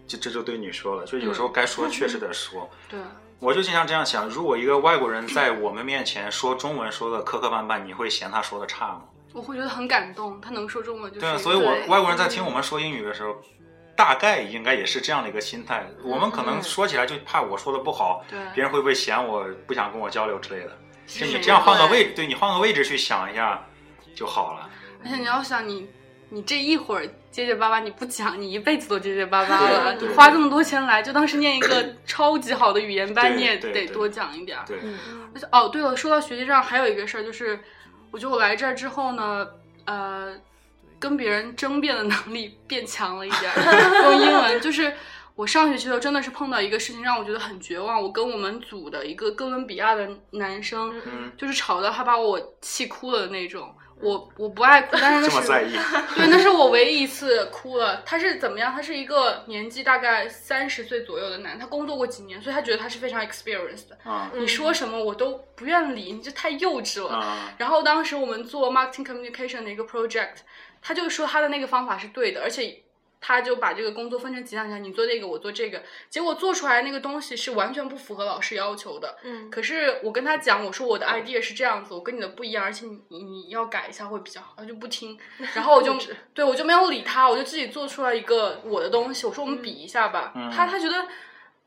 [SPEAKER 2] 这这就对你说了，就有时候该说确实得 说。
[SPEAKER 4] 对，
[SPEAKER 2] 我就经常这样想，如果一个外国人在我们面前说中文说的磕磕绊绊，你会嫌他说的差吗？
[SPEAKER 4] 我会觉得很感动，他能说中文就是
[SPEAKER 2] 对
[SPEAKER 4] 一
[SPEAKER 2] 啊，
[SPEAKER 4] 个。
[SPEAKER 2] 所以我
[SPEAKER 1] 对
[SPEAKER 2] 外国人在听我们说英语的时候，大概应该也是这样的一个心态。我们可能说起来就怕我说的不好，
[SPEAKER 4] 嗯对
[SPEAKER 2] 别人会不会嫌我不想跟我交流之类的。其实
[SPEAKER 4] 是
[SPEAKER 2] 你这样换个
[SPEAKER 4] 对
[SPEAKER 2] 位，对你换个位置去想一下就好 了。
[SPEAKER 4] 而且你要想你，你这一会儿结结巴巴，你不讲，你一辈子都结结巴巴
[SPEAKER 2] 对
[SPEAKER 4] 了。
[SPEAKER 2] 对
[SPEAKER 4] 你花这么多钱来，就当是念一 个超级好的语言班，
[SPEAKER 2] 对
[SPEAKER 4] 你也
[SPEAKER 2] 对
[SPEAKER 4] 得
[SPEAKER 2] 对
[SPEAKER 4] 多讲一点儿。
[SPEAKER 2] 对，
[SPEAKER 4] 而且哦，对了，说到学习上，还有一个事儿就是，我觉得我来这儿之后呢，呃，跟别人争辩的能力变强了一点儿。用英文就是。我上学期的时候真的是碰到一个事情，让我觉得很绝望。我跟我们组的一个哥伦比亚的男生，
[SPEAKER 2] 嗯，
[SPEAKER 4] 就是吵到他把我气哭了的那种。我我不爱哭，但是那
[SPEAKER 2] 这
[SPEAKER 4] 是
[SPEAKER 2] 么 在意，
[SPEAKER 4] 对，那是我唯一一次哭了。他是怎么样？他是一个年纪大概三十岁左右的男，他工作过几年，所以他觉得他是非常 experienced 的。
[SPEAKER 2] 嗯
[SPEAKER 4] 你说什么我都不愿理，你这太幼稚了。
[SPEAKER 2] 嗯
[SPEAKER 4] 然后当时我们做 marketing communication 的一个 project，他就说他的那个方法是对的，而且他就把这个工作分成几项，几项你做这个，我做这个，结果做出来那个东西是完全不符合老师要求的。
[SPEAKER 1] 嗯
[SPEAKER 4] 可是我跟他讲，我说我的
[SPEAKER 2] 哦
[SPEAKER 4] idea 是这样子，我跟你的不一样，而且你你你要改一下会比较好，他就不 听。然后我就对我就没有理他，我就自己做出来一个我的东西，我说我们比一下吧。
[SPEAKER 2] 嗯
[SPEAKER 4] 他他觉得，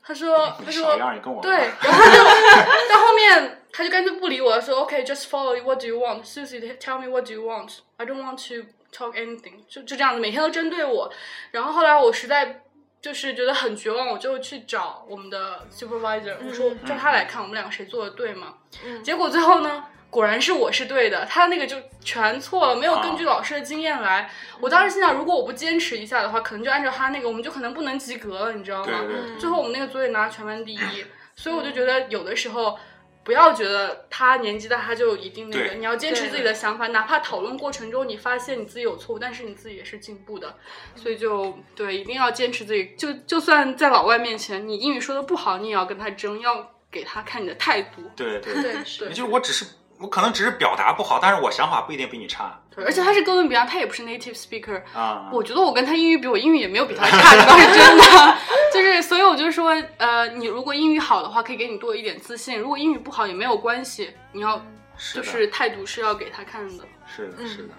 [SPEAKER 4] 他说他
[SPEAKER 2] 你
[SPEAKER 4] 说
[SPEAKER 2] 少让你跟我
[SPEAKER 4] 对，
[SPEAKER 2] 玩
[SPEAKER 4] 然后他就到后面他就干脆不理我，说 OK，just、follow what do you want，Susie tell me what do you want，I don't want to talk anything，就就这样子，每天都针对我。然后后来我实在就是觉得很绝望，我就去找我们的 supervisor，我说叫他来看我们两个谁做的对嘛。
[SPEAKER 1] 嗯
[SPEAKER 4] 结果最后呢，果然是我是对的，他那个就全错了，没有根据老师的经验来。我当时心想，如果我不坚持一下的话，可能就按照他那个，我们就可能不能及格了，你知道吗？
[SPEAKER 2] 对对对，
[SPEAKER 1] 嗯
[SPEAKER 4] 最后我们那个组也拿了全班第一，所以我就觉得有的时候。不要觉得他年纪大他就一定那个，
[SPEAKER 2] 对
[SPEAKER 4] 你要坚持
[SPEAKER 1] 对
[SPEAKER 4] 自己的想法，哪怕讨论过程中你发现你自己有错误，但是你自己也是进步的，所以就对，一定要坚持自己。就就算在老外面前，你英语说的不好，你也要跟他争，要给他看你的态度。
[SPEAKER 2] 对对对，
[SPEAKER 1] 对 是
[SPEAKER 4] 嗯对
[SPEAKER 2] 就是我只是我可能只是表达不好，但是我想法不一定比你差
[SPEAKER 4] 对而且他是哥伦比亚，他也不是 native speaker，
[SPEAKER 2] 啊。
[SPEAKER 4] 我觉得我跟他英语比，我英语也没有比他差，你倒是真的。 就是，所以我就说，呃，你如果英语好的话，可以给你多一点自信；如果英语不好也没有关系，你要
[SPEAKER 2] 是
[SPEAKER 4] 就
[SPEAKER 2] 的，
[SPEAKER 4] 是态度是要给他看的。
[SPEAKER 2] 是的，
[SPEAKER 1] 嗯
[SPEAKER 2] 是的，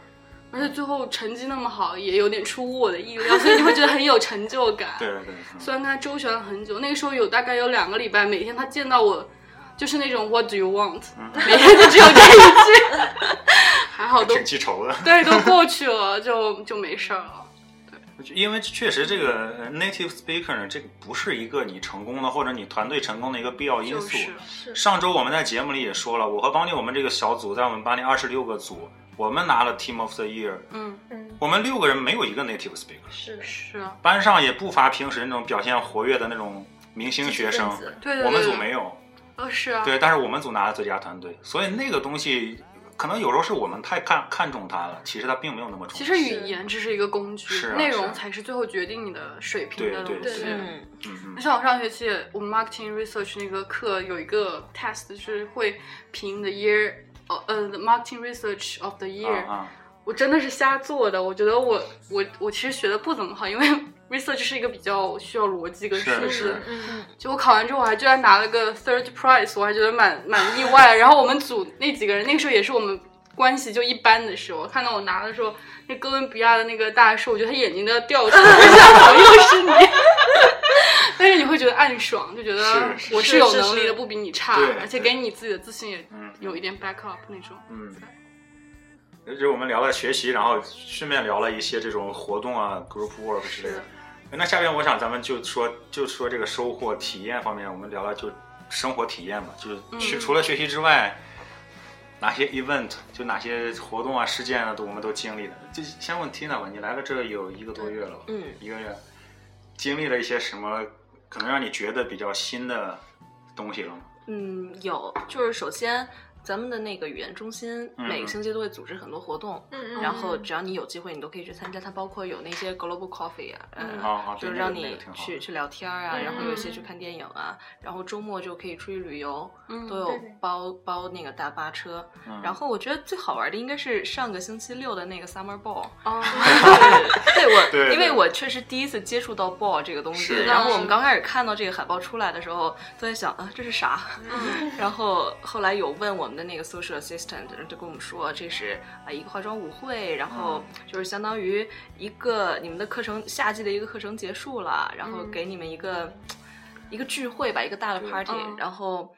[SPEAKER 4] 而且最后成绩那么好，也有点出乎我的意料，所以你会觉得很有成就感。
[SPEAKER 2] 对对对，嗯
[SPEAKER 4] 虽然跟他周旋了很久，那个时候有大概有两个礼拜，每天他见到我就是那种 What do you want，每天就只有这一句， 还好
[SPEAKER 2] 嗯
[SPEAKER 4] 都
[SPEAKER 2] 挺记仇的。
[SPEAKER 4] 对都过去了，就就没事儿了。
[SPEAKER 2] 因为确实这个呃 native speaker 呢，这个不是一个你成功的或者你团队成功的一个必要因
[SPEAKER 4] 就
[SPEAKER 2] 素。
[SPEAKER 4] 是
[SPEAKER 2] 上周我们在节目里也说了，我和邦尼我们这个小组在我们班里二十六个组，我们拿了 team of the year，
[SPEAKER 4] 嗯，
[SPEAKER 1] 嗯
[SPEAKER 2] 我们六个人没有一个 native speaker，
[SPEAKER 1] 是的，
[SPEAKER 4] 是啊，
[SPEAKER 2] 班上也不乏平时那种表现活跃的那种明星学生
[SPEAKER 1] 知识分子，
[SPEAKER 4] 对对对，
[SPEAKER 2] 我们组
[SPEAKER 4] 对
[SPEAKER 2] 没有。
[SPEAKER 4] 哦，是啊，
[SPEAKER 2] 对，但是我们组拿了最佳团队，所以那个东西可能有时候是我们太看看重它了，其实它并没有那么重
[SPEAKER 4] 其
[SPEAKER 2] 要。
[SPEAKER 4] 实语言只是一个工具，
[SPEAKER 2] 是啊
[SPEAKER 4] 内
[SPEAKER 2] 是啊
[SPEAKER 4] 容才是最后决定你的水平的
[SPEAKER 2] 对
[SPEAKER 4] 东
[SPEAKER 2] 对
[SPEAKER 4] 西。
[SPEAKER 1] 对
[SPEAKER 3] 嗯，
[SPEAKER 2] 嗯嗯，
[SPEAKER 4] 像我上学期，我们 marketing research 那个课有一个 test，就是会评 the year 呃呃 the marketing research of the year，、
[SPEAKER 2] 啊
[SPEAKER 4] 我真的是瞎做的。我觉得我我我其实学的不怎么好，因为 research 是一个比较需要逻辑跟
[SPEAKER 2] 是
[SPEAKER 4] 数字
[SPEAKER 2] 是
[SPEAKER 4] 的。就我考完之后，我还居然拿了个 third prize，我还觉得蛮蛮意外。然后我们组那几个人，那个时候也是我们关系就一般的时候，看到我拿的时候，那哥伦比亚的那个大叔，我觉得他眼睛都要 掉出来，我想怎么又是你？但是你会觉得暗爽，就觉得
[SPEAKER 2] 是是
[SPEAKER 4] 我
[SPEAKER 3] 是
[SPEAKER 4] 有
[SPEAKER 3] 是
[SPEAKER 4] 能力
[SPEAKER 3] 是
[SPEAKER 4] 的，不比你差
[SPEAKER 2] 对，
[SPEAKER 4] 而且给你自己的自信也
[SPEAKER 2] 嗯
[SPEAKER 4] 有一点 back up 那种。
[SPEAKER 2] 嗯，就是我们聊了学习，然后顺便聊了一些这种活动啊、group work 之类的
[SPEAKER 4] 是。
[SPEAKER 2] 那下边我想咱们就说就说这个收获体验方面，我们聊聊就生活体验吧，就是去、
[SPEAKER 4] 嗯
[SPEAKER 2] 除了学习之外，哪些 event 就哪些活动啊、事件啊，都我们都经历了。就先问 Tina 吧，你来了这有一个多月了吧？
[SPEAKER 3] 嗯，
[SPEAKER 2] 一个月，经历了一些什么可能让你觉得比较新的东西了吗？
[SPEAKER 3] 嗯，有，就是首先咱们的那个语言中心
[SPEAKER 2] 嗯
[SPEAKER 3] 每个星期都会组织很多活动，
[SPEAKER 1] 嗯
[SPEAKER 3] 然后只要你有机会，你都可以去参加。它包括有那些 Global Coffee 啊，
[SPEAKER 1] 嗯
[SPEAKER 2] 啊
[SPEAKER 3] 呃，
[SPEAKER 2] 啊，
[SPEAKER 3] 就
[SPEAKER 2] 对，
[SPEAKER 3] 是
[SPEAKER 2] 那个
[SPEAKER 3] 让
[SPEAKER 2] 那个
[SPEAKER 3] 你
[SPEAKER 2] 挺好的
[SPEAKER 3] 去去聊天啊，
[SPEAKER 1] 嗯
[SPEAKER 3] 然后有一些去看电影啊，然后周末就可以出去旅游，
[SPEAKER 4] 嗯
[SPEAKER 3] 都有
[SPEAKER 1] 对对
[SPEAKER 3] 包包那个大巴车。
[SPEAKER 2] 嗯
[SPEAKER 3] 然后我觉得最好玩的应该是上个星期六的那个 Summer Ball。
[SPEAKER 4] 哦，
[SPEAKER 3] 对我，
[SPEAKER 2] 对
[SPEAKER 3] 因为我确实第一次接触到 ball 这个东西，
[SPEAKER 2] 是
[SPEAKER 3] 然后我们刚开始看到这个海报出来的时候，都在想啊这是啥， 然后后来有问我们的那个 social assistant，就跟我们说这是啊一个化妆舞会，然后就是相当于一个你们的课程夏季的一个课程结束了，然后给你们一个、一个聚会吧，一个大的 party，、
[SPEAKER 4] 嗯
[SPEAKER 3] 然后。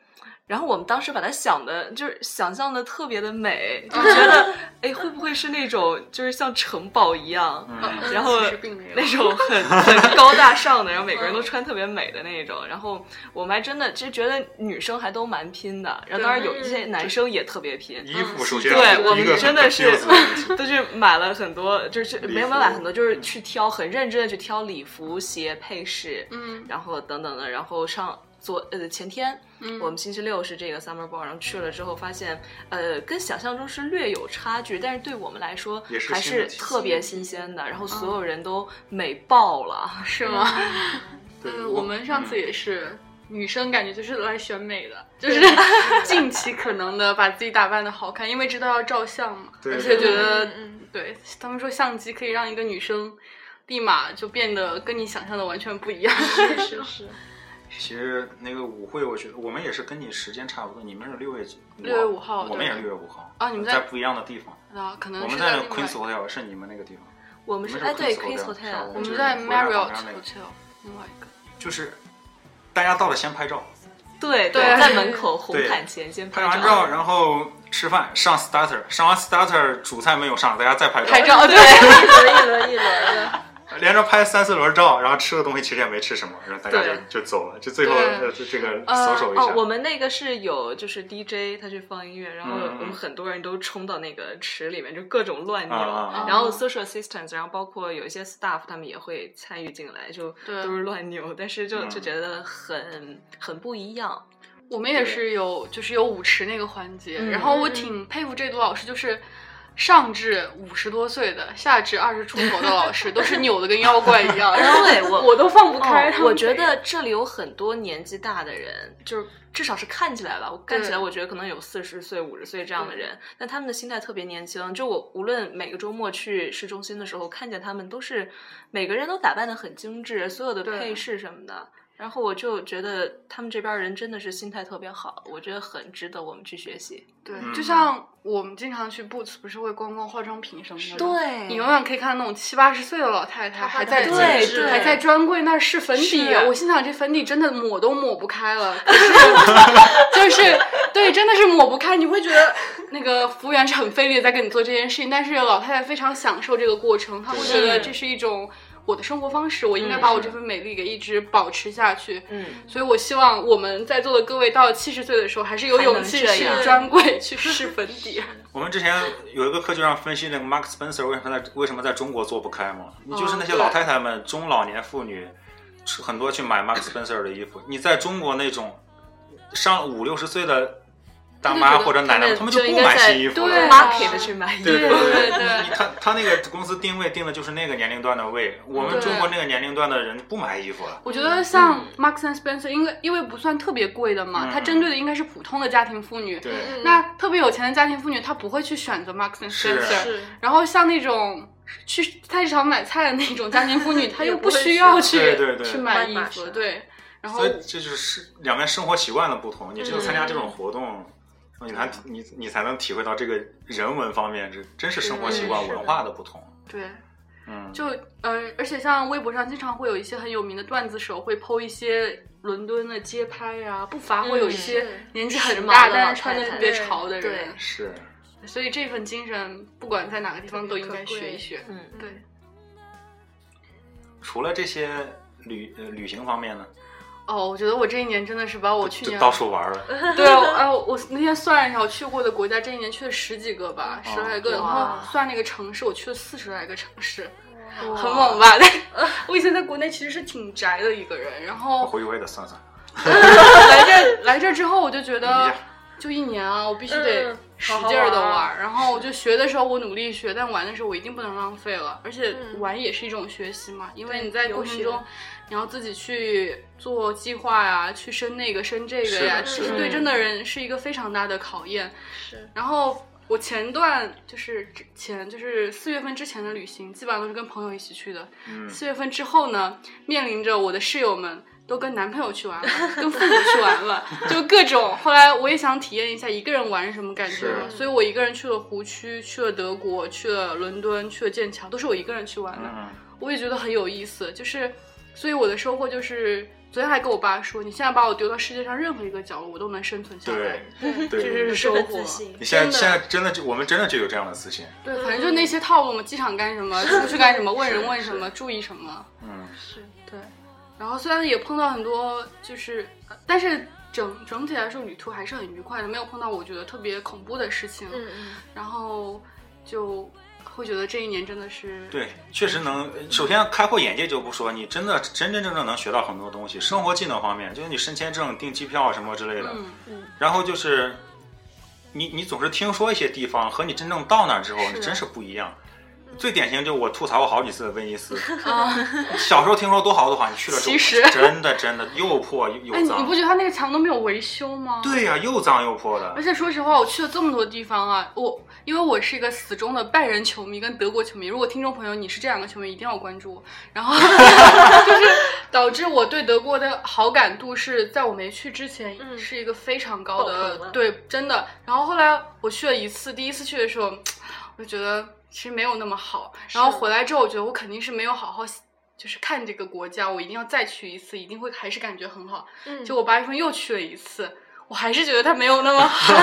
[SPEAKER 3] 然后我们当时把它想的，就是想象的特别的美，就觉得，哎，会不会是那种就是像城堡一样，
[SPEAKER 2] 嗯
[SPEAKER 3] 然后
[SPEAKER 4] 其实并没有
[SPEAKER 3] 那种很 很高大上的，然后每个人都穿特别美的那种。然后我们还真的就觉得女生还都蛮拼的，然后当然有一些男生也特别拼。
[SPEAKER 2] 衣服首先
[SPEAKER 3] 对
[SPEAKER 2] 一
[SPEAKER 3] 我们
[SPEAKER 2] 个
[SPEAKER 3] 真的是
[SPEAKER 2] 很 confused 问题
[SPEAKER 3] 都是买了很多，就是
[SPEAKER 2] 服嗯
[SPEAKER 3] 没有买很多，就是去挑，很认真的去挑礼服、鞋、配饰，
[SPEAKER 4] 嗯
[SPEAKER 3] 然后等等的，然后上。昨呃前天，
[SPEAKER 4] 嗯，
[SPEAKER 3] 我们星期六是这个 summer ball，然后去了之后发现，呃，跟想象中是略有差距，但是对我们来说
[SPEAKER 2] 也是
[SPEAKER 3] 还
[SPEAKER 2] 新的
[SPEAKER 3] 是
[SPEAKER 2] 体验
[SPEAKER 3] 特别新鲜的。然后
[SPEAKER 4] 嗯
[SPEAKER 3] 所有人都美爆了，
[SPEAKER 4] 是吗？
[SPEAKER 2] 对
[SPEAKER 4] 呃，我们上次
[SPEAKER 2] 嗯
[SPEAKER 4] 也是，女生感觉就是来选美的，就是 尽其可能的把自己打扮的好看，因为知道要照相嘛，
[SPEAKER 2] 对
[SPEAKER 4] 而且觉得
[SPEAKER 1] 嗯嗯
[SPEAKER 4] 对他们说相机可以让一个女生立马就变得跟你想象的完全不 一样。
[SPEAKER 1] 嗯是是是，
[SPEAKER 2] 其实那个舞会，我觉得我们也是跟你时间差不多，你们是六月几
[SPEAKER 4] 6月5号
[SPEAKER 2] 我们也是
[SPEAKER 4] 对
[SPEAKER 2] 六月五号
[SPEAKER 4] 啊你们在
[SPEAKER 2] 在不一样的地方，
[SPEAKER 4] 啊，可
[SPEAKER 2] 我
[SPEAKER 4] 能
[SPEAKER 2] 们
[SPEAKER 4] 是
[SPEAKER 2] 在那
[SPEAKER 4] 另
[SPEAKER 2] Queen's
[SPEAKER 4] 外，
[SPEAKER 2] Hotel 是你们那个地方，
[SPEAKER 3] 我们是
[SPEAKER 2] 我们
[SPEAKER 3] 哎
[SPEAKER 2] 是
[SPEAKER 3] 对
[SPEAKER 2] Queen's
[SPEAKER 3] Queen's
[SPEAKER 2] Hotel，是吧
[SPEAKER 3] Hotel，
[SPEAKER 2] 我
[SPEAKER 4] 我们
[SPEAKER 2] 就是是回来
[SPEAKER 4] 在
[SPEAKER 2] 旁
[SPEAKER 4] Marriott
[SPEAKER 2] 边那个
[SPEAKER 4] Hotel 另外一个。
[SPEAKER 2] 就是大家到了先拍照，
[SPEAKER 3] 对
[SPEAKER 4] 对
[SPEAKER 3] 在门口红
[SPEAKER 2] 对
[SPEAKER 3] 毯前先
[SPEAKER 2] 拍
[SPEAKER 3] 拍
[SPEAKER 2] 完照然后吃饭上 starter，上完 starter 主菜没有上，大家再拍照，
[SPEAKER 4] 拍 照对，
[SPEAKER 1] 一轮一 轮一轮的，
[SPEAKER 2] 连着拍三四轮照，然后吃的东西其实也没吃什么，然后大家
[SPEAKER 3] 对
[SPEAKER 2] 就就走了，就最后
[SPEAKER 4] 对
[SPEAKER 2] 呃这这个
[SPEAKER 3] 呃
[SPEAKER 2] 搜索一下，
[SPEAKER 3] 哦，我们那个是有就是 DJ 他去放音乐，然后
[SPEAKER 2] 嗯嗯
[SPEAKER 3] 我们很多人都冲到那个池里面，就各种乱扭。
[SPEAKER 2] 啊啊
[SPEAKER 4] 啊
[SPEAKER 3] 然后 social assistants，然后包括有一些 staff，他们也会参与进来，就
[SPEAKER 4] 对
[SPEAKER 3] 都是乱扭，但是就
[SPEAKER 2] 嗯
[SPEAKER 3] 就觉得很很不一样。
[SPEAKER 4] 我们也是有，就是有舞池那个环节。
[SPEAKER 3] 嗯
[SPEAKER 4] 然后我挺佩服这个老师，就是上至五十多岁的，下至二十出头的老师，都是扭的跟妖怪一 样。然后
[SPEAKER 3] 对我
[SPEAKER 4] 我都放不开。
[SPEAKER 3] 哦
[SPEAKER 4] 他们
[SPEAKER 3] 我觉得这里有很多年纪大的人，就是至少是看起来吧，我看起来我觉得可能有四十岁、五十岁这样的人，但他们的心态特别年轻。就我无论每个周末去市中心的时候，看见他们都是每个人都打扮的很精致，所有的
[SPEAKER 4] 对
[SPEAKER 3] 配饰什么的。然后我就觉得他们这边人真的是心态特别好，我觉得很值得我们去学习。
[SPEAKER 4] 对，
[SPEAKER 2] 嗯
[SPEAKER 4] 就像我们经常去 Boots，不是会逛逛化妆品什么的吗。
[SPEAKER 3] 对
[SPEAKER 4] 你永远可以看到那种七八十岁的老太太
[SPEAKER 1] 她
[SPEAKER 4] 还
[SPEAKER 1] 画得
[SPEAKER 4] 在
[SPEAKER 1] 很
[SPEAKER 3] 对
[SPEAKER 1] 精致
[SPEAKER 3] 对
[SPEAKER 4] 还在专柜那儿试粉底，
[SPEAKER 3] 是
[SPEAKER 4] 我心想这粉底真的抹都抹不开了，可是就是对，真的是抹不开。你会觉得那个服务员是很费力地在跟你做这件事情，但是老太太非常享受这个过程，她会觉得
[SPEAKER 3] 是
[SPEAKER 4] 这是一种我的生活方式，我应
[SPEAKER 1] 嗯
[SPEAKER 4] 该把我这份美丽给一直保持下去。
[SPEAKER 3] 嗯，
[SPEAKER 4] 所以我希望我们在座的各位到七十岁的时候，还是有
[SPEAKER 3] 还能
[SPEAKER 4] 勇气
[SPEAKER 3] 这
[SPEAKER 4] 去
[SPEAKER 3] 样
[SPEAKER 4] 专柜去试粉底。
[SPEAKER 2] 我们之前有一个课就让分析那个 Mark Spencer 为什么在为什么在中国做不开嘛？你就是那些
[SPEAKER 4] 对
[SPEAKER 2] 老太太们、中老年妇女，吃很多去买 Mark Spencer 的衣服。你在中国那种上五六十岁的大妈或者奶奶，他们就不买新衣服
[SPEAKER 3] 对啊
[SPEAKER 2] 了。
[SPEAKER 3] market 去买衣服。
[SPEAKER 2] 对
[SPEAKER 4] 对对对，
[SPEAKER 2] 他他那个公司定位定的就是那个年龄段的位，我们
[SPEAKER 4] 对
[SPEAKER 2] 中国那个年龄段的人不买衣服了。
[SPEAKER 4] 我觉得像 Marks and Spencer，因为因为不算特别贵的嘛，
[SPEAKER 2] 嗯
[SPEAKER 4] 它针对的应该是普通的家庭妇女。
[SPEAKER 2] 对，
[SPEAKER 1] 嗯
[SPEAKER 4] 那特别有钱的家庭妇女，她不会去选择 Marks and
[SPEAKER 2] 是
[SPEAKER 4] Spencer，
[SPEAKER 1] 是
[SPEAKER 4] 然后像那种去菜市场买菜的那种家庭妇女，她
[SPEAKER 1] 也
[SPEAKER 4] 又
[SPEAKER 1] 不
[SPEAKER 4] 不
[SPEAKER 1] 会
[SPEAKER 4] 需
[SPEAKER 1] 去
[SPEAKER 4] 要去
[SPEAKER 2] 对对对
[SPEAKER 4] 去买衣
[SPEAKER 1] 买
[SPEAKER 4] 服，
[SPEAKER 1] 马
[SPEAKER 4] 对。然后
[SPEAKER 2] 所以这就是两边生活习惯的不同。你只有参加这种活动，你
[SPEAKER 4] 嗯
[SPEAKER 2] 才你你才能体会到这个人文方面，这真是生活习惯
[SPEAKER 1] 嗯是的
[SPEAKER 2] 文化的不同。
[SPEAKER 4] 对，
[SPEAKER 2] 嗯，
[SPEAKER 4] 就呃，而且像微博上经常会有一些很有名的段子手会 PO 一些伦敦的街拍啊，不乏会有一些
[SPEAKER 1] 嗯
[SPEAKER 4] 年纪
[SPEAKER 3] 时髦
[SPEAKER 4] 很
[SPEAKER 3] 的
[SPEAKER 4] 大
[SPEAKER 3] 老
[SPEAKER 4] 但是穿
[SPEAKER 3] 太
[SPEAKER 4] 的
[SPEAKER 3] 太
[SPEAKER 4] 特别
[SPEAKER 1] 对
[SPEAKER 4] 潮的
[SPEAKER 1] 对
[SPEAKER 4] 人。
[SPEAKER 2] 是。
[SPEAKER 4] 所以这份精神，不管在哪个地方都应该
[SPEAKER 1] 特别可贵
[SPEAKER 4] 学一学。
[SPEAKER 3] 嗯，
[SPEAKER 4] 对，
[SPEAKER 2] 除了这些旅呃旅行方面呢，
[SPEAKER 4] 哦，我觉得我这一年真的是把我去
[SPEAKER 2] 就
[SPEAKER 4] 年
[SPEAKER 2] 到处玩了。
[SPEAKER 4] 对，呃，我那天算了一下，我去过的国家这一年去了十几个吧，
[SPEAKER 2] 哦
[SPEAKER 4] 十来个，然
[SPEAKER 3] 哇
[SPEAKER 4] 后算那个城市，我去了四十来个城市，
[SPEAKER 1] 哇
[SPEAKER 4] 很猛吧？ 但我以前在国内其实是挺宅的一个人，然
[SPEAKER 2] 我
[SPEAKER 4] 后
[SPEAKER 2] 回去我也得算算。
[SPEAKER 4] 来 这来这之后，我就觉
[SPEAKER 2] 你
[SPEAKER 4] 得
[SPEAKER 2] 呀
[SPEAKER 4] 就一年啊，我必须得
[SPEAKER 1] 嗯
[SPEAKER 4] 使
[SPEAKER 1] 好好
[SPEAKER 4] 劲儿的
[SPEAKER 1] 玩儿
[SPEAKER 4] 玩儿。然后我就学的时候我努力学，但玩的时候我一定不能浪费了。而且
[SPEAKER 1] 嗯
[SPEAKER 4] 玩也是一种学习嘛，因为
[SPEAKER 1] 对
[SPEAKER 4] 你在
[SPEAKER 1] 游
[SPEAKER 4] 过程
[SPEAKER 1] 学
[SPEAKER 4] 中，你要自己去做计划呀，去升那个升这
[SPEAKER 2] 是
[SPEAKER 4] 个呀，
[SPEAKER 2] 的
[SPEAKER 4] 这
[SPEAKER 2] 是
[SPEAKER 4] 是
[SPEAKER 2] 的
[SPEAKER 1] 嗯
[SPEAKER 4] 对真的人是一个非常大的考验。
[SPEAKER 1] 是
[SPEAKER 4] 然后我前段就是之前就是四月份之前的旅行，基本上都是跟朋友一起去的。
[SPEAKER 2] 嗯，
[SPEAKER 4] 四月份之后呢，面临着我的室友们都跟男朋友去玩 了，跟父母去玩了，就各种。后来我也想体验一下一个人玩是什么感觉嘛，
[SPEAKER 2] 是
[SPEAKER 4] 所以我一个人去了湖区，去了德国，去了伦敦，去了剑桥，都是我一个人去玩的。
[SPEAKER 2] 嗯，
[SPEAKER 4] 我也觉得很有意思，就是，所以我的收获就是，昨天还跟我爸说，你现在把我丢到世界上任何一个角落，我都能生存下来
[SPEAKER 2] 对。
[SPEAKER 4] 这
[SPEAKER 1] 对
[SPEAKER 2] 对
[SPEAKER 4] 是。
[SPEAKER 1] 这
[SPEAKER 4] 收
[SPEAKER 1] 个
[SPEAKER 4] 获
[SPEAKER 1] 自。信
[SPEAKER 2] 你现在
[SPEAKER 4] 真的
[SPEAKER 2] 现在真的就我们真的就有这样的自信。
[SPEAKER 4] 对，
[SPEAKER 1] 嗯
[SPEAKER 4] 反正就那些套路嘛，机场干什 么，出去干什么，问人问什么，注意什么。
[SPEAKER 2] 嗯，
[SPEAKER 1] 是
[SPEAKER 4] 对，然后虽然也碰到很多，就是，呃但是整整体来说旅途还是很愉快的，没有碰到我觉得特别恐怖的事情。
[SPEAKER 1] 嗯嗯
[SPEAKER 4] 然后就会觉得这一年真的是
[SPEAKER 2] 对，确实能。呃首先开阔眼界就不说，你真的真真正正能学到很多东西，生活技能方面，就是你申签证、订机票什么之类的。
[SPEAKER 4] 嗯，
[SPEAKER 2] 然后就是你你总是听说一些地方，和你真正到那儿之后，你真是不一样。
[SPEAKER 4] 嗯
[SPEAKER 2] 最典型就我吐槽过好几 次的威尼斯，
[SPEAKER 4] 啊，
[SPEAKER 2] 小时候听说多好多好，你去了之后
[SPEAKER 4] 其实
[SPEAKER 2] 真的真的又破又又
[SPEAKER 4] 哎，你你
[SPEAKER 2] 脏
[SPEAKER 4] 不。觉得他那个墙都没有维修吗？
[SPEAKER 2] 对呀、又脏又破的
[SPEAKER 4] 而。且说实话，我去了这么多地方啊，我因为我是一个死忠的拜仁球迷跟德国球迷。如果听众朋友你是这两个球迷，一定要关注我。然后 就是导致我对德国的好感度是在我没去之前
[SPEAKER 1] 嗯
[SPEAKER 4] 是一个非常高
[SPEAKER 1] 爆
[SPEAKER 4] 的，
[SPEAKER 1] 棚了
[SPEAKER 4] 对，真的。然后后来我去了一次，第一次去的时候，我就觉得其实没有那么好。然后回来之后，我觉得我肯定是没有好好。就是看这个国家，我一定要再去一次，一定会还是感觉很好。
[SPEAKER 1] 嗯，
[SPEAKER 4] 就我八月份又去了一次，我还是觉得它没有那么 好，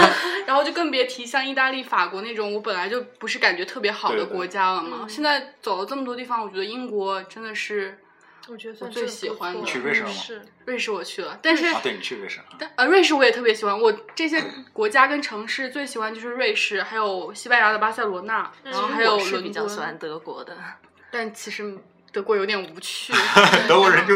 [SPEAKER 4] 然后就更别提像意大利、法国那种我本来就不是感觉特别好
[SPEAKER 2] 对
[SPEAKER 4] 的
[SPEAKER 2] 对
[SPEAKER 4] 国家了嘛。
[SPEAKER 1] 嗯
[SPEAKER 4] 现在走了这么多地方，我觉得英国真的是
[SPEAKER 1] 我觉得
[SPEAKER 4] 我
[SPEAKER 1] 算
[SPEAKER 4] 最
[SPEAKER 1] 是
[SPEAKER 4] 喜
[SPEAKER 1] 不
[SPEAKER 4] 欢
[SPEAKER 1] 错嗯
[SPEAKER 4] 的
[SPEAKER 2] 你去瑞士了吗
[SPEAKER 1] 是
[SPEAKER 4] 瑞士我去了，但是
[SPEAKER 2] 啊，对你去 过是？
[SPEAKER 4] 但呃瑞士我也特别喜欢，我这些国家跟城市最喜欢就是瑞士，还有西班牙的巴塞罗那，然后
[SPEAKER 1] 嗯
[SPEAKER 4] 还有
[SPEAKER 3] 我是
[SPEAKER 4] 伦
[SPEAKER 3] 比较喜欢
[SPEAKER 4] 敦，
[SPEAKER 3] 德国的，
[SPEAKER 4] 但其实德国有点无趣。
[SPEAKER 2] 德国人就